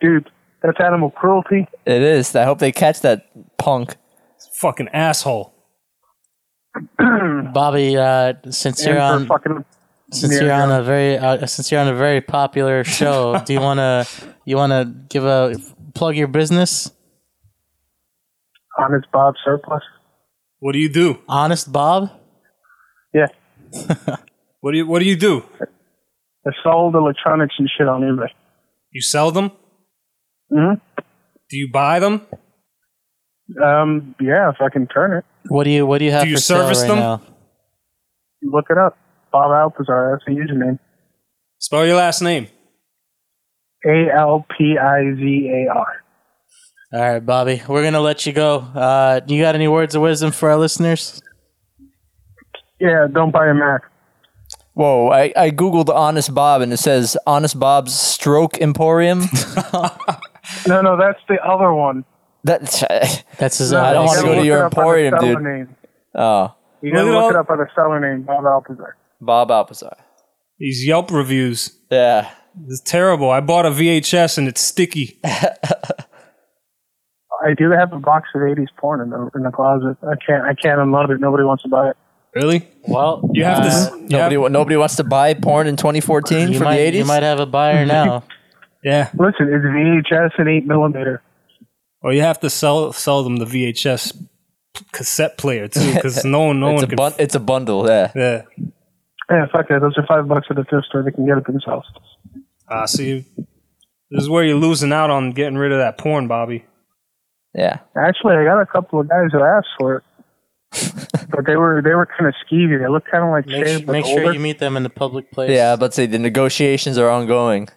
[SPEAKER 12] Dude, that's animal cruelty.
[SPEAKER 3] It is. I hope they catch that punk.
[SPEAKER 2] Fucking asshole.
[SPEAKER 1] Bobby, uh, since you're
[SPEAKER 12] And
[SPEAKER 1] on,
[SPEAKER 12] for fucking
[SPEAKER 1] since
[SPEAKER 12] Yeah,
[SPEAKER 1] you're on a very uh, since you're on a very popular show, do you wanna you wanna give a plug your business?
[SPEAKER 12] Honest Bob Surplus.
[SPEAKER 2] What do you do?
[SPEAKER 1] Honest Bob.
[SPEAKER 12] Yeah.
[SPEAKER 2] What do you What do you do?
[SPEAKER 12] I sold electronics and shit on eBay.
[SPEAKER 2] You sell them?
[SPEAKER 12] hmm
[SPEAKER 2] Do you buy them?
[SPEAKER 12] Um, yeah, if I can turn it.
[SPEAKER 1] What do you What do you have
[SPEAKER 2] Do you
[SPEAKER 1] for sale
[SPEAKER 2] service
[SPEAKER 1] right
[SPEAKER 2] them?
[SPEAKER 1] now?
[SPEAKER 12] Look it up. Bob Alpizar, that's the username.
[SPEAKER 2] Spell your last name.
[SPEAKER 12] A L P I Z A R.
[SPEAKER 1] All right, Bobby, we're gonna let you go. Uh, you got any words of wisdom for our listeners?
[SPEAKER 12] Yeah, don't buy a Mac.
[SPEAKER 3] Whoa, I, I Googled Honest Bob and it says Honest Bob's Stroke Emporium.
[SPEAKER 12] No, no, that's the other one.
[SPEAKER 3] That's
[SPEAKER 1] that's
[SPEAKER 3] his. I don't want to go to your emporium, dude.
[SPEAKER 12] Name.
[SPEAKER 3] Oh,
[SPEAKER 12] You
[SPEAKER 2] Look
[SPEAKER 12] gotta
[SPEAKER 2] at
[SPEAKER 12] look
[SPEAKER 2] all-
[SPEAKER 12] it up by the seller name, Bob Alpizar.
[SPEAKER 3] Bob Alpazar.
[SPEAKER 2] These Yelp reviews.
[SPEAKER 3] Yeah.
[SPEAKER 2] It's terrible. I bought a VHS and it's sticky.
[SPEAKER 12] I do have a box of '80s porn in the in the closet. I can't I can't unload it. Nobody wants to buy it.
[SPEAKER 2] Really?
[SPEAKER 1] Well,
[SPEAKER 3] you
[SPEAKER 2] have to s- you
[SPEAKER 3] Nobody, wa- nobody wants to buy porn in 2014
[SPEAKER 1] You
[SPEAKER 3] from
[SPEAKER 1] might
[SPEAKER 3] the 80s.
[SPEAKER 1] you might have a buyer now.
[SPEAKER 2] Yeah.
[SPEAKER 12] Listen, it's VHS and eight millimeter.
[SPEAKER 2] Or you have to sell sell them the VHS cassette player too, because no one no
[SPEAKER 3] it's
[SPEAKER 2] one
[SPEAKER 3] a
[SPEAKER 2] can.
[SPEAKER 3] bun- it's a bundle. Yeah.
[SPEAKER 2] yeah.
[SPEAKER 12] Yeah, fuck it. Those are five bucks at the thrift store. They can get it themselves.
[SPEAKER 2] Ah, see, this is where you're losing out on getting rid of that porn, Bobby.
[SPEAKER 3] Yeah.
[SPEAKER 12] Actually, I got a couple of guys that asked for it, but they were they were kind of skeevy. They looked kind of like
[SPEAKER 1] Make,
[SPEAKER 12] Shane,
[SPEAKER 1] su-
[SPEAKER 12] but
[SPEAKER 1] make
[SPEAKER 12] older.
[SPEAKER 1] sure you meet them in the public place.
[SPEAKER 3] Yeah, but say the negotiations are ongoing.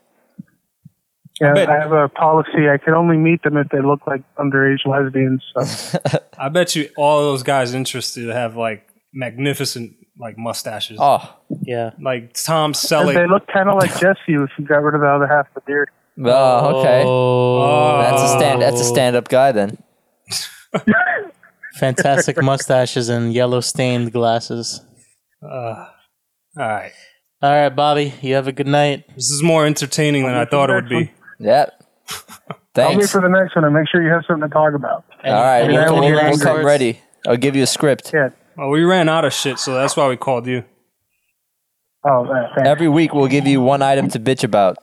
[SPEAKER 12] yeah,
[SPEAKER 2] bet-
[SPEAKER 12] I have a policy. I can only meet them if they look like underage lesbians. So.
[SPEAKER 2] I bet you all those guys interested have like magnificent like mustaches.
[SPEAKER 3] Oh,
[SPEAKER 1] yeah.
[SPEAKER 2] Like Tom
[SPEAKER 12] And they
[SPEAKER 2] Selleck.
[SPEAKER 12] look kind of like Jesse if you got rid of the other half of the beard.
[SPEAKER 3] Oh, okay.
[SPEAKER 1] Oh.
[SPEAKER 3] That's a stand. That's a stand-up guy then.
[SPEAKER 1] Fantastic mustaches and yellow stained glasses.
[SPEAKER 2] Uh, all right.
[SPEAKER 1] All right, Bobby, you have a good night.
[SPEAKER 2] This is more entertaining than I thought it would be.
[SPEAKER 3] Yep.
[SPEAKER 12] I'll be
[SPEAKER 3] Thanks.
[SPEAKER 12] for the next one and make sure you have something to talk about.
[SPEAKER 3] All right,
[SPEAKER 12] And
[SPEAKER 3] we'll,
[SPEAKER 12] I will
[SPEAKER 3] we'll-
[SPEAKER 12] get
[SPEAKER 3] we'll
[SPEAKER 12] angry.
[SPEAKER 3] come ready. I'll give you a script.
[SPEAKER 12] Yeah.
[SPEAKER 2] Well, we ran out of shit, so that's why we called you.
[SPEAKER 12] Oh, man, thanks.
[SPEAKER 3] Every week we'll give you one item to bitch about.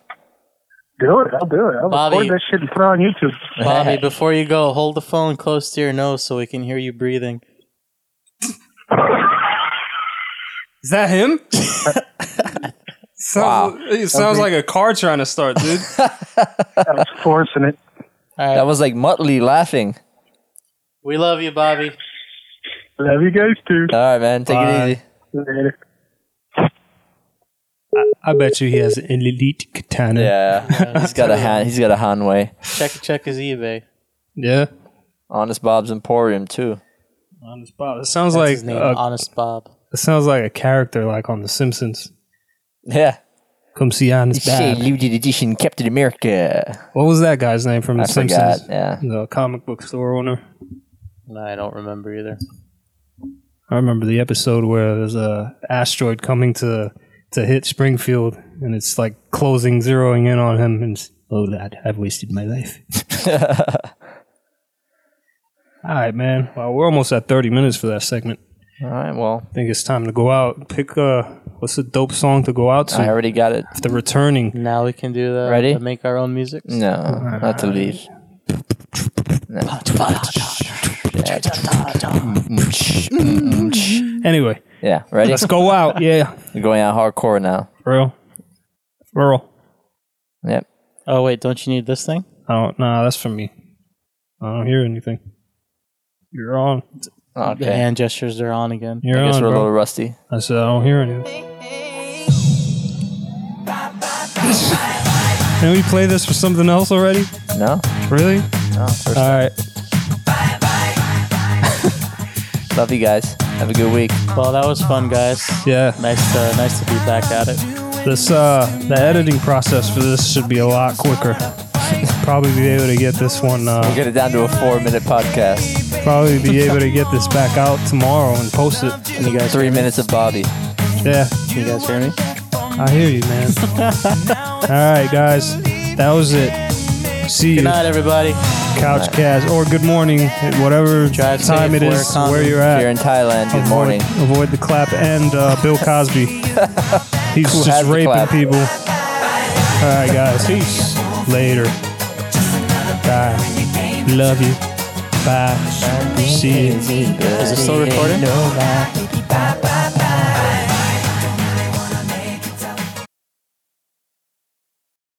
[SPEAKER 12] Do it. I'll do it. I'll
[SPEAKER 1] Bobby-
[SPEAKER 12] record that shit and put it on YouTube.
[SPEAKER 1] Bobby, before you go, hold the phone close to your nose so we can hear you breathing.
[SPEAKER 2] Is that him? sounds, It sounds like a car trying to start, dude.
[SPEAKER 12] I was forcing it.
[SPEAKER 3] That was like Muttley laughing.
[SPEAKER 1] We love you, Bobby.
[SPEAKER 12] Love you guys too.
[SPEAKER 3] All right, man. Take
[SPEAKER 2] Bye.
[SPEAKER 3] it easy.
[SPEAKER 12] Later.
[SPEAKER 2] I bet you he has an elite katana.
[SPEAKER 3] Yeah, he's got a Han. He's got a Hanway.
[SPEAKER 1] Check check his eBay.
[SPEAKER 2] Yeah.
[SPEAKER 3] Honest Bob's Emporium too.
[SPEAKER 1] Honest
[SPEAKER 2] Bob. It sounds
[SPEAKER 1] That's
[SPEAKER 2] like
[SPEAKER 1] his name,
[SPEAKER 2] uh,
[SPEAKER 1] Honest Bob.
[SPEAKER 2] it sounds like a character like on The Simpsons.
[SPEAKER 3] Yeah.
[SPEAKER 2] Come see Honest
[SPEAKER 3] Say
[SPEAKER 2] Bob.
[SPEAKER 3] limited edition Captain America.
[SPEAKER 2] What was that guy's name from The
[SPEAKER 3] I
[SPEAKER 2] Simpsons?
[SPEAKER 3] forgot. Yeah.
[SPEAKER 2] The comic book store owner.
[SPEAKER 1] No, I don't remember either.
[SPEAKER 2] I remember the episode where there's a asteroid coming to to hit Springfield, and it's like closing, zeroing in on him, and it's, oh lad, I've wasted my life. All right, man. Well, we're almost at 30 minutes for that segment.
[SPEAKER 3] All right. Well,
[SPEAKER 2] I think it's time to go out. Pick uh, what's a dope song to go out to
[SPEAKER 3] I already got it.
[SPEAKER 2] after returning.
[SPEAKER 1] Now we can do the
[SPEAKER 3] Ready?
[SPEAKER 1] the make our own music.
[SPEAKER 3] No, not to leave.
[SPEAKER 2] Anyway,
[SPEAKER 3] Yeah. Ready?
[SPEAKER 2] let's go out. Yeah,
[SPEAKER 3] We're going out hardcore now.
[SPEAKER 2] real. Earl.
[SPEAKER 3] Yep.
[SPEAKER 1] Oh wait, don't you need this thing?
[SPEAKER 2] Oh no, that's from me. I don't hear anything. You're on.
[SPEAKER 1] The hand gestures are on again.
[SPEAKER 2] You're on, bro. I said I don't hear anything. Can we play this for something else already?
[SPEAKER 3] No.
[SPEAKER 2] Really?
[SPEAKER 3] No.
[SPEAKER 2] All
[SPEAKER 3] first time.
[SPEAKER 2] right.
[SPEAKER 3] Love you guys. Have a good week.
[SPEAKER 1] Well, that was fun, guys.
[SPEAKER 2] Yeah.
[SPEAKER 1] Nice to nice to be back at it.
[SPEAKER 2] This uh, the editing process for this should be a lot quicker. Probably be able to get this one. Uh,
[SPEAKER 3] We'll get it down to a four minute podcast.
[SPEAKER 2] probably be able to get this back out tomorrow and post it.
[SPEAKER 3] You guys Three minutes of Bobby.
[SPEAKER 2] Yeah.
[SPEAKER 1] You guys hear me?
[SPEAKER 2] I hear you, man. All right, guys. That was it. See you.
[SPEAKER 1] Good night, everybody.
[SPEAKER 2] Couch Cast, or good morning, at whatever time
[SPEAKER 3] safe,
[SPEAKER 2] it
[SPEAKER 3] wear
[SPEAKER 2] is,
[SPEAKER 3] a
[SPEAKER 2] where
[SPEAKER 3] condom.
[SPEAKER 2] you're at.
[SPEAKER 3] If you're in Thailand, good
[SPEAKER 2] Avoid-
[SPEAKER 3] morning.
[SPEAKER 2] Avoid the clap and uh, Bill Cosby. He's
[SPEAKER 3] Who
[SPEAKER 2] just
[SPEAKER 3] has the
[SPEAKER 2] raping
[SPEAKER 3] clap?
[SPEAKER 2] people. All right, guys. Peace. Later. Bye. Love you. Bye. See you.
[SPEAKER 1] Is it still recording?